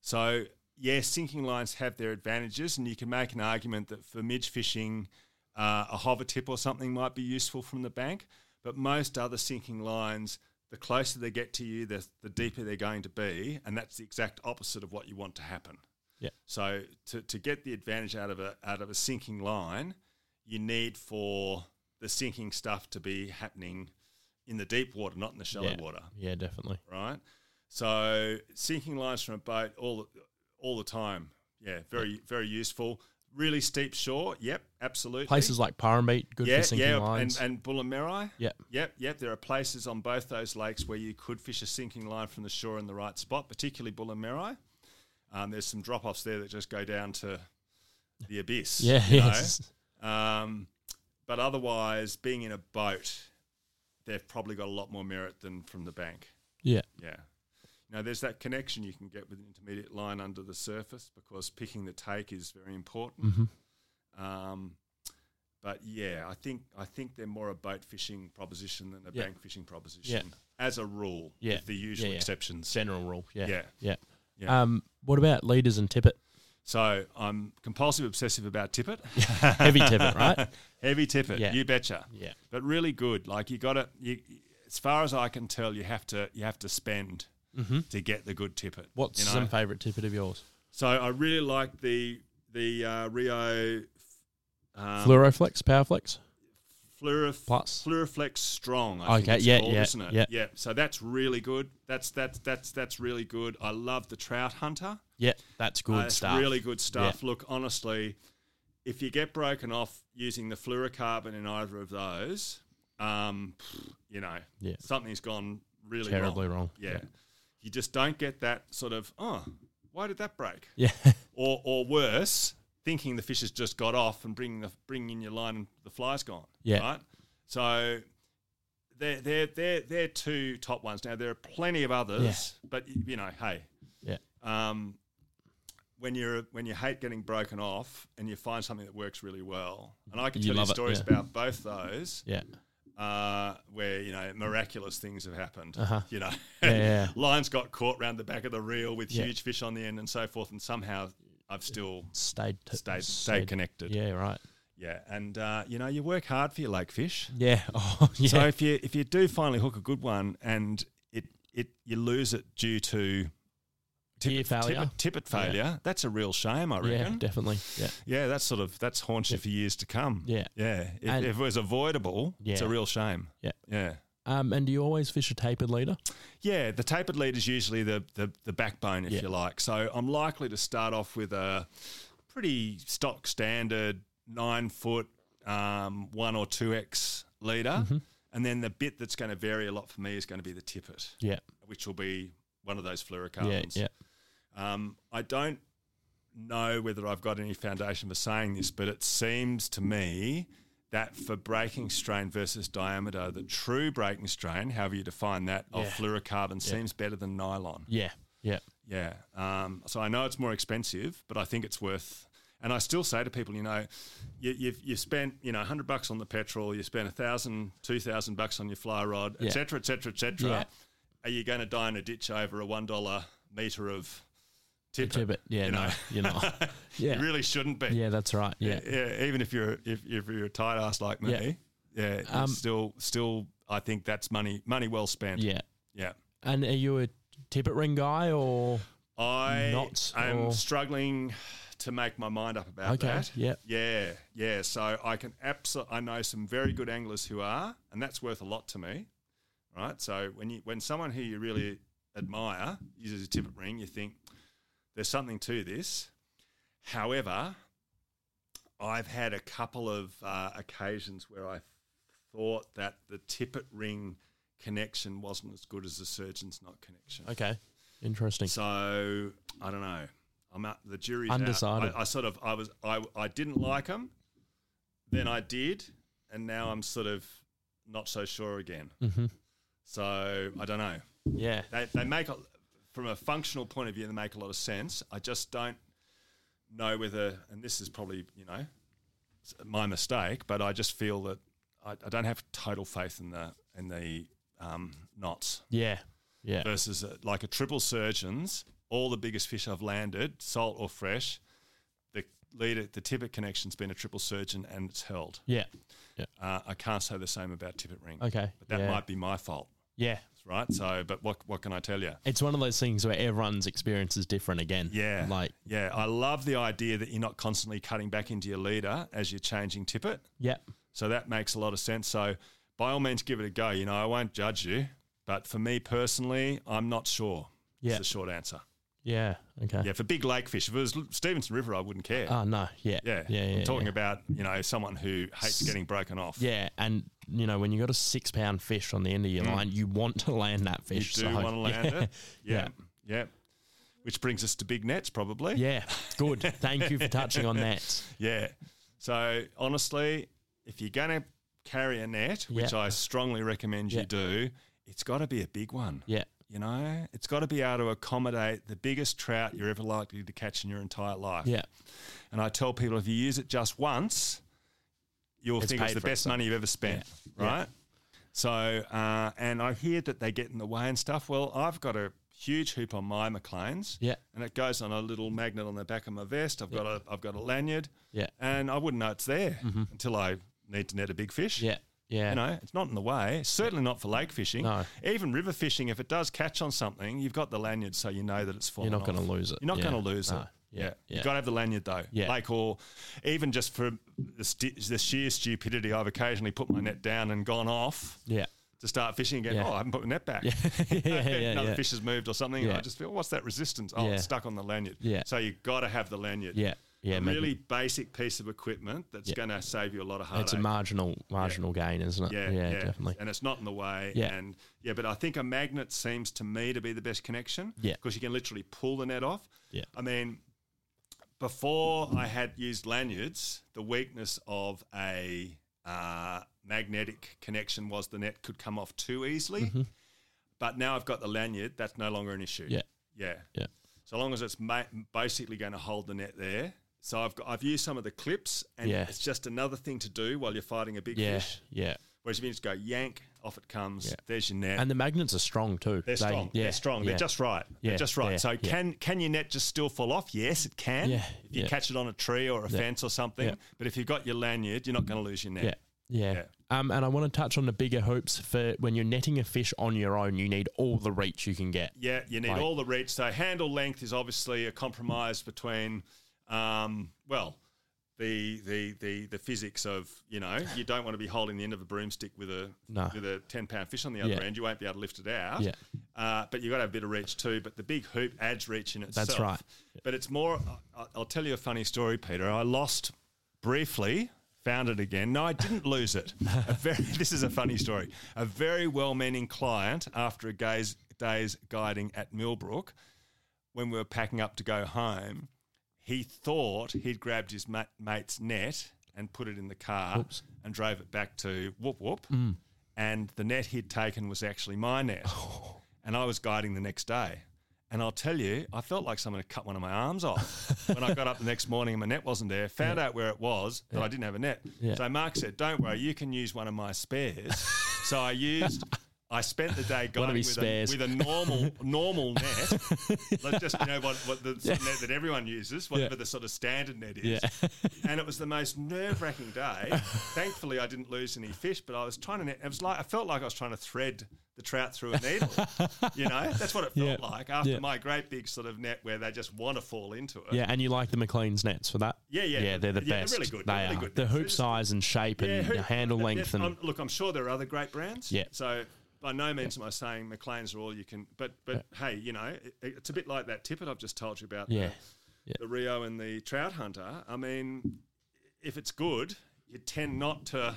So, yes, sinking lines have their advantages, and you can make an argument that for midge fishing, uh, a hover tip or something might be useful from the bank. But most other sinking lines, the closer they get to you, the, the deeper they're going to be, and that's the exact opposite of what you want to happen. Yeah. So to, to get the advantage out of a out of a sinking line, you need for the sinking stuff to be happening in the deep water, not in the shallow yeah. water Yeah, definitely. right? So sinking lines from a boat all all the time. Yeah, very very useful. Really steep shore. Yep, absolutely. Places like Parambeat, good for sinking yeah, lines. and and Bullamerai. yeah. Yep, yep. There are places on both those lakes where you could fish a sinking line from the shore in the right spot, particularly Bullamerai. Um, there's some drop offs there that just go down to the [laughs] abyss. Yeah. you know? yes. Um, but otherwise, being in a boat, they've probably got a lot more merit than from the bank. Yeah. Yeah. Now, there's that connection you can get with an intermediate line under the surface because picking the take is very important. Mm-hmm. Um, but yeah, I think I think they're more a boat fishing proposition than a Yeah. bank fishing proposition as a rule, Yeah. with the usual Yeah, yeah. exceptions. General rule. Yeah. Yeah. Yeah. Yeah. Um, what about leaders and [laughs] tippet? So I'm compulsive obsessive about tippet, Heavy tippet, right? [laughs] heavy tippet, Yeah. you betcha. Yeah. but really good. Like you got to, you, as far as I can tell, you have to you have to spend to get the good tippet. Mm-hmm. What's you know? some favourite tippet of yours? So I really like the the uh, Rio um, Fluoroflex, Powerflex? Fluorif- Plus. Fluoriflex Strong. I Okay, think it's yeah, called, yeah, isn't it? yeah. So that's really good. That's that's that's that's really good. I love the Trout Hunter. Yeah, that's good Uh, it's stuff. [laughs] Really good stuff. Look, honestly, if you get broken off using the fluorocarbon in either of those, um, you know, Yeah. something's gone really Terribly wrong. wrong. Yeah. You just don't get that sort of, oh, why did that break? Yeah. Or, or worse, thinking the fish has just got off and bringing the bringing in your line and the fly's gone. Yeah. Right. So they're they're they're they're two top ones. Now there are plenty of others, but you know, hey, Yeah. um, when you're when you hate getting broken off and you find something that works really well, and I can You tell you love it, stories yeah. about both those Yeah. uh, where you know miraculous things have happened. You know, Uh-huh. [laughs] Yeah, yeah. lines got caught round the back of the reel with Yeah. huge fish on the end and so forth, and somehow I've still Stayed, t- stayed stayed connected. Yeah, right. Yeah, and uh, you know you work hard for your lake fish. [laughs] Yeah. Oh, yeah. So if you if you do finally hook a good one and it it you lose it due to Gear failure. tippet, tippet failure, that's a real shame. I yeah, reckon. Yeah, definitely. Yeah. that's sort of that's haunts you for years to come. Yeah. yeah. If, And- if it was avoidable, it's a Yeah. real shame. Yeah. yeah. Um, and do you always fish a tapered leader? Yeah, the tapered lead is usually the the, the backbone, if Yeah. you like. So I'm likely to start off with a pretty stock standard nine foot um, one or two x leader, Mm-hmm. and then the bit that's going to vary a lot for me is going to be the tippet, Yeah. which will be one of those Yeah. fluorocarbons. Yeah. Um, I don't know whether I've got any foundation for saying this, but it seems to me that for breaking strain versus diameter, the true breaking strain, however you define that, of Yeah. fluorocarbon seems better than nylon. Yeah. Yeah. Yeah. Um, so I know it's more expensive, but I think it's worth. And I still say to people, you know, you, you've you spent you know 100 bucks on the petrol, you spent a thousand, two thousand bucks on your fly rod, Yeah. etc., etc., Yeah. etc. Are you going to die in a ditch over a one dollar meter of tippet? Tippet. Yeah. You no, know. you're not. Yeah. [laughs] You really shouldn't be. yeah, that's right. Yeah. Yeah, even if you're if, if you're a tight ass like me, yeah, it's Um, still still I think that's money money well spent. Yeah. yeah. And are you a tippet ring guy or I Knots am or- struggling to make my mind up about Okay, that. yep. Yeah. Yeah. So I can absolutely, I know some very good anglers who are, and that's worth a lot to me. Right. So when you when someone who you really admire uses a tippet ring, you think there's something to this. However, I've had a couple of uh, occasions where I thought that the tippet ring connection wasn't as good as the surgeon's knot connection. okay? Interesting. So I don't know. I'm at the jury's Undecided. Out. I, I sort of I was I I didn't like them, then I did, and now I'm sort of not so sure again. Mhm. So I don't know. Yeah. They they make a, from a functional point of view they make a lot of sense. I just don't know whether and this is probably you know s- my mistake, but I just feel that I, I don't have total faith in the in the um, knots Yeah. Yeah. versus uh like a triple surgeons, all the biggest fish I've landed, salt or fresh, the leader, the tippet connection's been a triple surgeon and it's held. Yeah. Uh, I can't say the same about tippet ring, Okay. but that yeah. might be my fault, Yeah. right? So, but what what can I tell you? It's one of those things where everyone's experience is different again. Yeah, Like, yeah, I love the idea that you're not constantly cutting back into your leader as you're changing tippet. yeah. So that makes a lot of sense. So by all means, give it a go. You know, I won't judge you, but for me personally, I'm not sure. Yeah. Is the short answer. Yeah. Okay. Yeah, for big lake fish. If it was Stevenson River, I wouldn't care. Oh, no. Yeah. yeah. Yeah. yeah I'm talking yeah. about, you know, someone who hates getting broken off. Yeah, and you know when you got a six pound fish on the end of your line, you want to land that Mm. You fish. do so- want [laughs] to land yeah. it. Yeah. Yeah. yeah. Which brings us to big nets, probably. Yeah, good. Thank you for touching on that. Yeah. So, honestly, if you're going to carry a net, which Yeah. I strongly recommend you Yeah. do, it's got to be a big one. Yeah, You know, it's got to be able to accommodate the biggest trout you're ever likely to catch in your entire life. Yeah. And I tell people if you use it just once, you'll It's think it's paid the for best itself. money you've ever spent, right? So, uh, and I hear that they get in the way and stuff. Well, I've got a huge hoop on my McLean's, Yeah. and it goes on a little magnet on the back of my vest. I've got a I've got a lanyard, Yeah. Mm-hmm. and I wouldn't know it's there until I need to net a big fish. Yeah. Yeah. You know, it's not in the way. Certainly not for lake fishing. No. Even river fishing, if it does catch on something, you've got the lanyard, so you know that it's falling. You're not going to off. lose it. You're not Yeah. going to lose No. it. Yeah. Yeah. You've got to have the lanyard though. Yeah. Like, or even just for the, st- the sheer stupidity, I've occasionally put my net down and gone off Yeah. [laughs] to start fishing again. Yeah. Oh, I haven't put my net back. yeah. Yeah. [laughs] Another Yeah. fish has moved or something. And Yeah. I just feel, what's that resistance? Oh, Yeah. it's stuck on the lanyard. Yeah. So you've got to have the lanyard. Yeah. Yeah. a maybe. really basic piece of equipment that's going to save you a lot of heartache. it's a marginal marginal gain, isn't it? Yeah, Yeah. Definitely. And it's not in the way. Yeah. And yeah, but I think a magnet seems to me to be the best connection. Yeah. Because you can literally pull the net off. Yeah. I mean, before I had used lanyards, the weakness of a uh, magnetic connection was the net could come off too easily. Mm-hmm. But now I've got the lanyard, that's no longer an issue. Yeah. Yeah. Yeah. So long as it's ma- basically going to hold the net there. So I've got, I've used some of the clips, and Yeah. it's just another thing to do while you're fighting a big Yeah. fish. Yeah. Whereas if you just go yank, off it comes. Yeah. There's your net. And the magnets are strong too. they're strong. Yeah, they're strong. yeah. They're just right. Yeah, They're just right. yeah, so yeah. can can your net just still fall off? Yes, it can. Yeah, If you yeah. catch it on a tree or a fence or something. yeah. But if you've got your lanyard, you're not going to lose your net. Yeah. Yeah. Yeah. Um, and I want to touch on the bigger hoops for when you're netting a fish on your own, you need all the reach you can get. Yeah, you need Like- all the reach. So handle length is obviously a compromise between, um, well, the, the the the physics of [laughs] you know you don't want to be holding the end of a broomstick with a No. with a ten pound fish on the other Yeah. end. You won't be able to lift it out. Yeah. Uh, but you've got to have a bit of reach too. But the big hoop adds reach in itself. right. But it's more. I- I'll tell you a funny story, Peter. I lost briefly. Found it again. No, I didn't lose it. A very, [laughs] this is a funny story. A very well-meaning client, after a day's, day's guiding at Millbrook, when we were packing up to go home, he thought he'd grabbed his ma- mate's net and put it in the car and drove it back to whoop whoop. And the net he'd taken was actually [laughs] my net. And I was guiding the next day. And I'll tell you, I felt like someone had cut one of my [laughs] arms off when I got up the next morning and my net wasn't there. Found out where it was, that I didn't have a net. Yeah. So Mark said, Don't worry, you can use one of [laughs] my spares. so I used, I spent the day One of guiding his with a, spares. with a [laughs] normal normal net. Let's just you know what, what the sort of net that everyone uses, whatever the sort of standard net is. and it was the most nerve wracking day. Thankfully, I didn't lose any fish, but I was trying to net. It was like I felt like I was trying to thread the trout through a needle. you know, that's what it felt Yeah. like after Yeah. my great big sort of net where they just want to fall into it. Yeah, and you like the McLean's nets for that? Yeah, yeah. Yeah, they're the Yeah, they're best. really good. They They're really are. good The nets. hoop size and shape and who- the handle yeah, length and I'm, look, I'm sure there are other great brands. Yeah. So by no means am I saying McLean's are all you can, but but hey, you know, it, it's a bit like that tippet I've just told you about. the- Yeah. The, Rio and the Trout Hunter. I mean, if it's good, you tend not to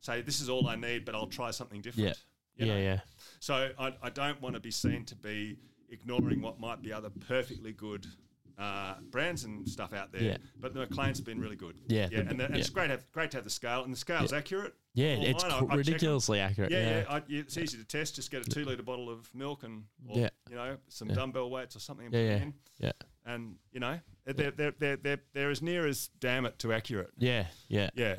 say this is all I need, but I'll try something different. yeah. you know. Yeah, yeah. So I, I don't want to be seen to be ignoring what might be other perfectly good uh, brands and stuff out there. Yeah. But the McLean's been really good. Yeah, yeah. the- And, the, and it's yeah. great, to have, great to have the scale, and the scale's accurate. Yeah, All it's mine, I- cr- I check 'em. ridiculously accurate. Yeah, Yeah. yeah. I, it's easy to test. Just get a two liter bottle of milk and, or, Yeah. you know, some dumbbell weights or something. and Yeah, put yeah. it in. Yeah. And you know, they're, they're, they're, they're, they're as near as damn it to accurate. Yeah, yeah. Yeah. um,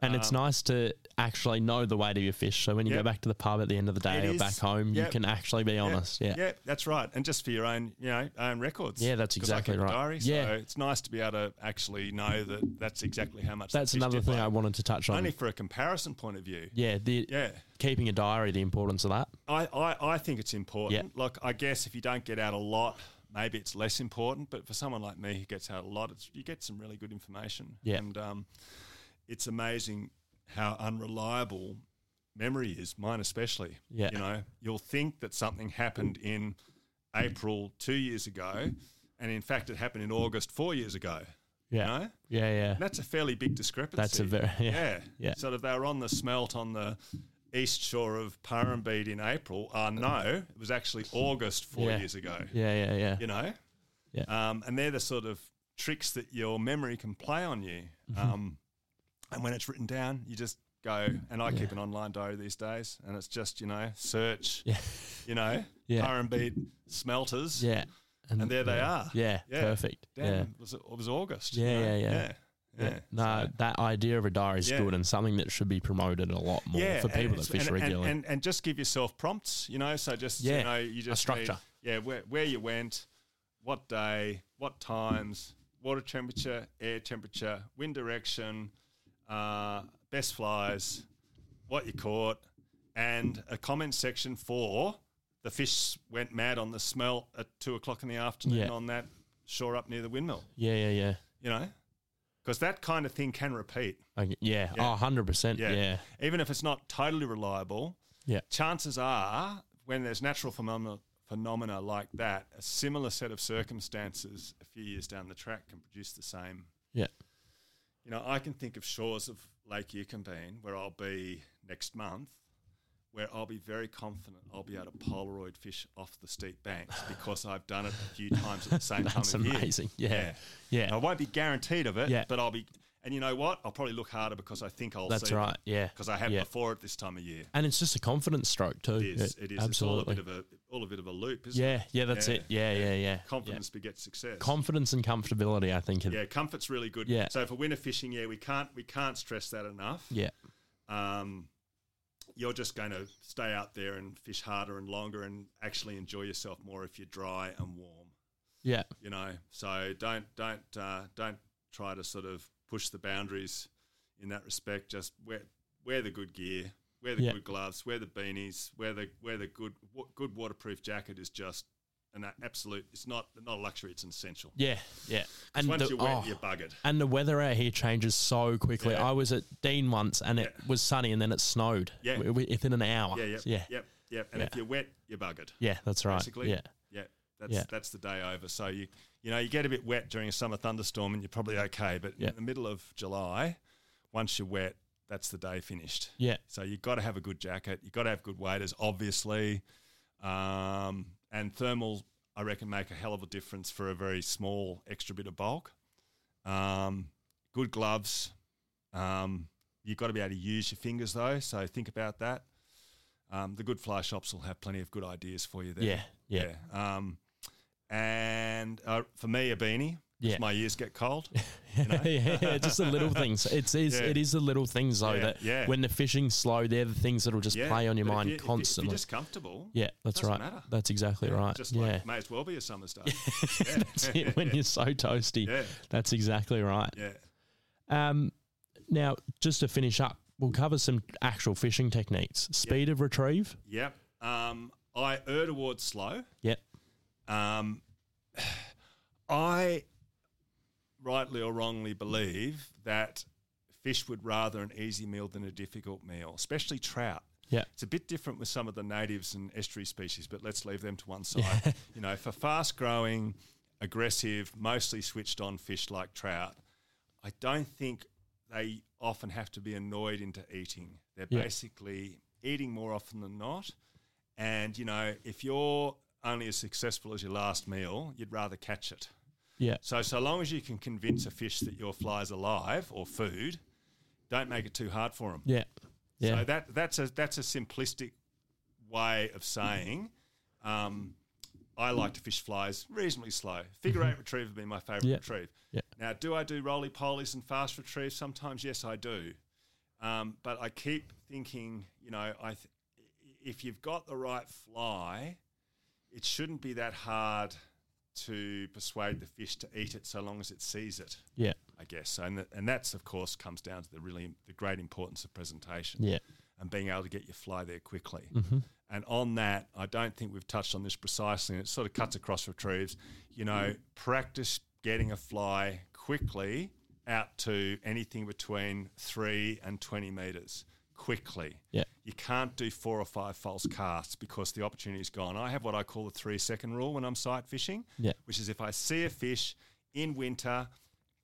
And it's nice to actually know the weight of your fish. So when you Yeah. go back to the pub at the end of the day It or is. back home, Yeah. you can actually be honest. Yeah. Yeah, that's right. And just for your own, you know, own records. Yeah, that's 'Cause I exactly keep a right. Diary, Yeah. So it's nice to be able to actually know that that's exactly how much. the That's fish another did thing like. I wanted to touch on. Only for a comparison point of view. yeah, the Yeah. keeping a diary, the importance of that. I, I, I think it's important. Like, I guess if you don't get out a lot, maybe it's less important. But for someone like me who gets out a lot, it's, you get some really good information. Yeah. And um, it's amazing how unreliable memory is, mine especially. Yeah. You know, you'll think that something happened in April two years ago, and in fact, it happened in August four years ago. Yeah. You know? Yeah, yeah. And that's a fairly big discrepancy. That's a very [laughs] yeah. Yeah. Yeah. Sort of they were on the smelt on the east shore of Parrambeed in April. Uh, no, it was actually August four Yeah. years ago. Yeah, yeah, yeah. You know? Yeah. Um, and they're the sort of Mm-hmm. tricks that your memory can play on you. Um, and when it's written down, you just go and I keep an online diary these days, and it's just you know search, Yeah. you know, [laughs] Yeah. R and B smelters, Yeah. and there they are. Yeah. Yeah. Perfect. Damn, Yeah. it, was, it was August. Yeah, you know? yeah, yeah. yeah, yeah. No, that idea of a diary is Yeah. good and something that should be promoted a lot more for and- people that fish and, regularly. And, and, and just give yourself prompts, you know. So just Yeah, you know, you just structure. need- yeah, where, where you went, what day, what times, water temperature, air temperature, wind direction, uh, best flies, what you caught, and a comment section for the fish went mad on the smell at two o'clock in the afternoon Yeah. on that shore up near the windmill. yeah, yeah, yeah. You know, because that kind of thing can repeat. Okay, yeah. Oh, 100%. Yeah. Yeah. Yeah. Even if it's not totally reliable, Yeah. chances are when there's natural phenomena, phenomena like that, a similar set of circumstances a few years down the track can produce the same. Yeah. You know, I can think of shores of Lake Yukonbean where I'll be next month, where I'll be very confident I'll be able to Polaroid fish off the [sighs] steep banks because I've done it a few times at the [laughs] same That's time of year. amazing. Yeah. Yeah. Yeah. I won't be guaranteed of it, Yeah. but I'll be. And you know what? I'll probably look harder because I think I'll That's see right. Yeah. Because I have Yeah. before it this time of year. And it's just a confidence stroke, too. It is. Yeah, It is. Absolutely. It's all a bit of a all a bit of a loop, isn't it? yeah. Yeah. That's Yeah. it. Yeah. Yeah. Yeah. Confidence begets success. Yeah. Confidence and comfortability, I think. It, yeah, comfort's really good. Yeah. So for winter fishing, yeah, we can't we can't stress that enough. yeah. Um, you're just going to stay out there and fish harder and longer and actually enjoy yourself more if you're dry and warm. Yeah. You know, so don't don't uh, don't try to sort of push the boundaries in that respect. Just wear wear the good gear, wear the Yeah. good gloves, wear the beanies, wear the wear the good wa- good waterproof jacket is just an a- absolute. It's not not a luxury. It's an essential. Yeah. Yeah. And Once the- you're wet, oh. you're buggered. And the weather out here changes so quickly. Yeah. I was at Dean once and it Yeah. was sunny and then it snowed Yeah. w- w- within an hour. Yeah, yeah, Oh, yeah. yep, yep. And if you're wet, you're buggered. Yeah, that's right. Basically, Yeah. yeah. That's Yeah. that's the day over. So you you know you get a bit wet during a summer thunderstorm and you're probably okay, but Yeah. in the middle of July, once you're wet, that's the day finished. Yeah. So you've got to have a good jacket. You've got to have good waders, obviously. Um, and thermals, I reckon, make a hell of a difference for a very small extra bit of bulk. Um, good gloves. Um, you've got to be able to use your fingers, though. So think about that. Um, the good fly shops will have plenty of good ideas for you there. Yeah. Yeah. Yeah. Um, and uh, for me, a beanie. 'cause Yeah. My ears [laughs] get cold. yeah, yeah, just the little things. It's, it's Yeah. it is the little things though Yeah, that yeah. when the fishing's slow, they're the things that'll just Yeah, play on your but if mind you- if you- constantly. If you're just comfortable, yeah, that's doesn't right. matter. That's exactly right. Just yeah, like may as well be a [laughs] summer's day. [laughs] Yeah. that's it. [laughs] When you're so toasty, Yeah. that's exactly right. yeah. Um, now just to finish up, we'll cover some actual fishing techniques. Speed of retrieve. Yep. Um, I err towards slow. Yep. Um, I rightly or wrongly believe that fish would rather an easy meal than a difficult meal, especially trout. Yeah. It's a bit different with some of the natives and estuary species, but let's leave them to one side. you know, for fast growing, aggressive, mostly switched on fish like trout, I don't think they often have to be annoyed into eating. They're Yeah. basically eating more often than not. And, you know, if you're only as successful as your last meal, you'd rather catch it. Yeah. So, so long as you can convince a fish that your fly's alive or food, don't make it too hard for them. Yeah. Yeah. So that that's a that's a simplistic way of saying. Um, I like to fish flies reasonably slow. Figure eight retrieve would be my favourite Mm-hmm. Yeah. retrieve. Yeah. Now, do I do roly polies and fast retrieve? Sometimes, yes, I do. Um, but I keep thinking, you know, I th- if you've got the right fly, it shouldn't be that hard to persuade the fish to eat it so long as it sees it. yeah. I guess. And that, and that's of course comes down to the really the great importance of presentation. Yeah. And being able to get your fly there quickly. And on that, I don't think we've touched on this precisely, and it sort of cuts across retrieves. You know, practice getting a fly quickly out to anything between three and 20 meters quickly. Yeah. You can't do four or five false casts because the opportunity's gone. I have what I call the three second rule when I'm sight fishing, Yeah. which is if I see a fish in winter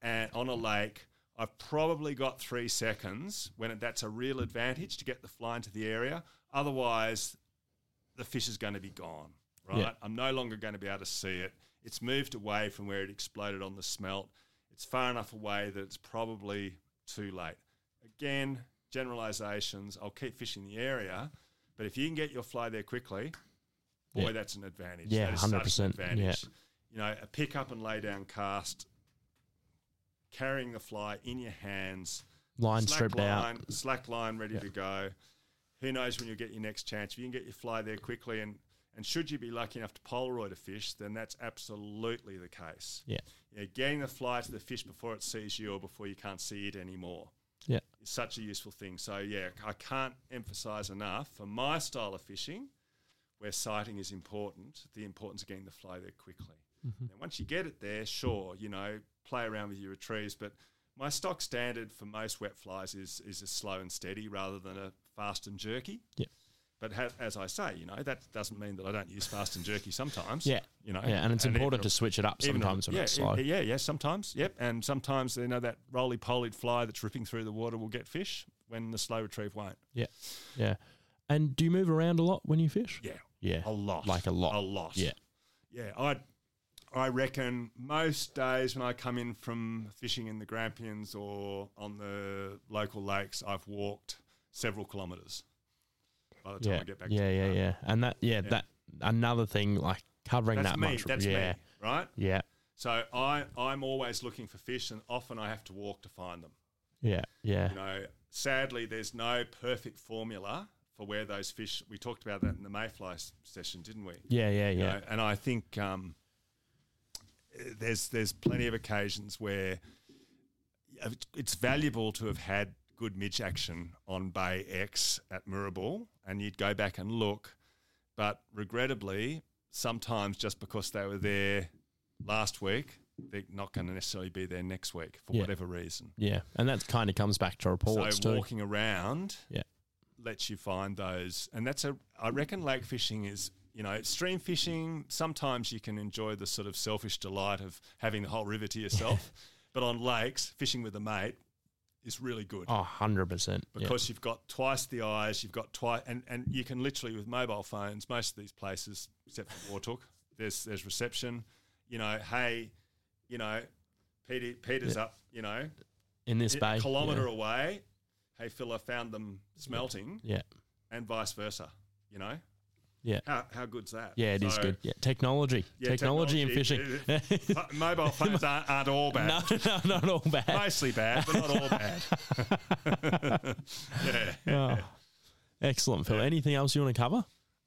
and on a lake, I've probably got three seconds when it- that's a real advantage to get the fly into the area. Otherwise, the fish is going to be gone, right? Yeah. I'm no longer going to be able to see it. It's moved away from where it exploded on the smelt. It's far enough away that it's probably too late. Again, generalizations. I'll keep fishing the area, but if you can get your fly there quickly, boy, Yeah. that's an advantage. Yeah, That is such an 100%, yeah. advantage. You know, a pick up and lay down cast, carrying the fly in your hands, Line slack stripped line, out. slack line ready to go. Who knows when you'll get your next chance? If you can get your fly there quickly, and and should you be lucky enough to Polaroid a fish, then that's absolutely the case. Yeah. You know, getting the fly to the fish before it sees you or before you can't see it anymore Yeah. is such a useful thing. So yeah, I can't emphasize enough for my style of fishing, where sighting is important, the importance of getting the fly there quickly. Mm-hmm. And once you get it there, sure, you know, play around with your retrieves, but my stock standard for most wet flies is is a slow and steady rather than a fast and jerky. Yeah. But ha- as I say, you know, that doesn't mean that I don't use fast and jerky sometimes. Yeah. You know, Yeah, and it's important even- to switch it up even on- sometimes when yeah, it's slow. Yeah, yeah, yeah, sometimes. Yep. And sometimes, you know, that roly poly fly that's ripping through the water will get fish when the slow retrieve won't. Yeah. Yeah. And do you move around a lot when you fish? Yeah. Yeah. A lot. Like a lot. A lot. Yeah. Yeah. I I reckon most days when I come in from fishing in the Grampians or on the local lakes, I've walked several kilometres by the time yeah. I get back yeah, to the yeah, car. yeah. And that yeah, that another thing like covering That's that me. much. That's yeah. me. Right? Yeah. So I, I'm always looking for fish and often I have to walk to find them. Yeah. Yeah. you know, sadly, there's no perfect formula for where those fish. We talked about that in the mayfly s- session, didn't we? Yeah, yeah, You yeah. know, and I think um, eh, there's there's plenty of occasions where uh, it's valuable to have had good midge action on Bay X at Mirabal, and you'd go back and look. But regrettably, sometimes just because they were there last week, they're not going to necessarily be there next week for Yeah. whatever reason. Yeah. And that kind of comes back to reports So too. walking around Yeah. lets you find those, and that's a. I reckon lake fishing is you know stream fishing. Sometimes you can enjoy the sort of selfish delight of having the whole river [laughs] to yourself, but on lakes, fishing with a mate is really good Oh, 100%. Yeah. because you've got twice the eyes, you've got twice, and, and you can literally with mobile phones, most of these places, except for Wartook, there's there's reception. You know, hey, you know, Peter, Peter's up, you know, In this a bay. kilometre away, hey Phil, I found them smelting, Yeah. and vice versa. You know, Yeah. Yeah. how how good's that? Yeah, it is So, good. Yeah, technology, yeah, technology, and fishing. [laughs] fishing. mobile phones aren't, aren't all bad. no, [laughs] no, not all bad. Mostly bad, but not [laughs] all bad. yeah. Oh. Excellent, Phil. Anything else you want to [laughs] cover?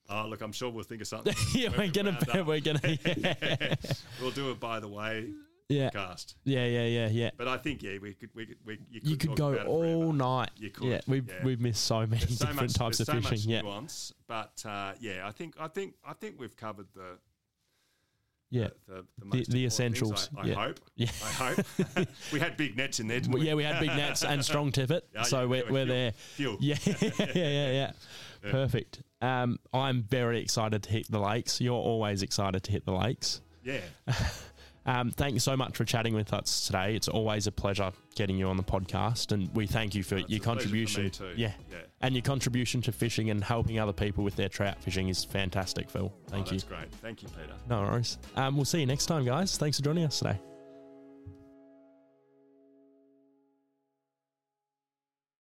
Oh, look, I'm sure we'll think [laughs] of something. yeah, when we we're gonna, round up. we're gonna, [laughs] yeah, We'll do it by the way yeah, cast. yeah, yeah, yeah. yeah. But I think yeah, we could we could we, you could, You could talk go about it all forever. night. You could, Yeah, we've yeah. we've missed so many There's so different much, types of there's so fishing. Much yeah, nuance, but uh, yeah, I think I think I think we've covered the yeah. the the, most the important things, essentials, I, I yeah. hope. Yeah. I hope. [laughs] we had big nets in there, didn't Well, [laughs] we? yeah, we had big nets and [laughs] strong tippet, Yeah, so yeah, we're, anyway, we're fuel- there. fuel. Yeah, [laughs] yeah, [laughs] yeah, yeah. Perfect. Um, I'm very excited to hit the lakes. You're always excited to hit the lakes. Yeah. Um, thank you so much for chatting with us today. It's always a pleasure getting you on the podcast, and we thank you for your a pleasure for contribution. me too. Yeah. Yeah. and your contribution to fishing and helping other people with their trout fishing is fantastic, Phil. Oh, Thank you. that's great. Thank you, Peter. No worries. Um, we'll see you next time, guys. Thanks for joining us today.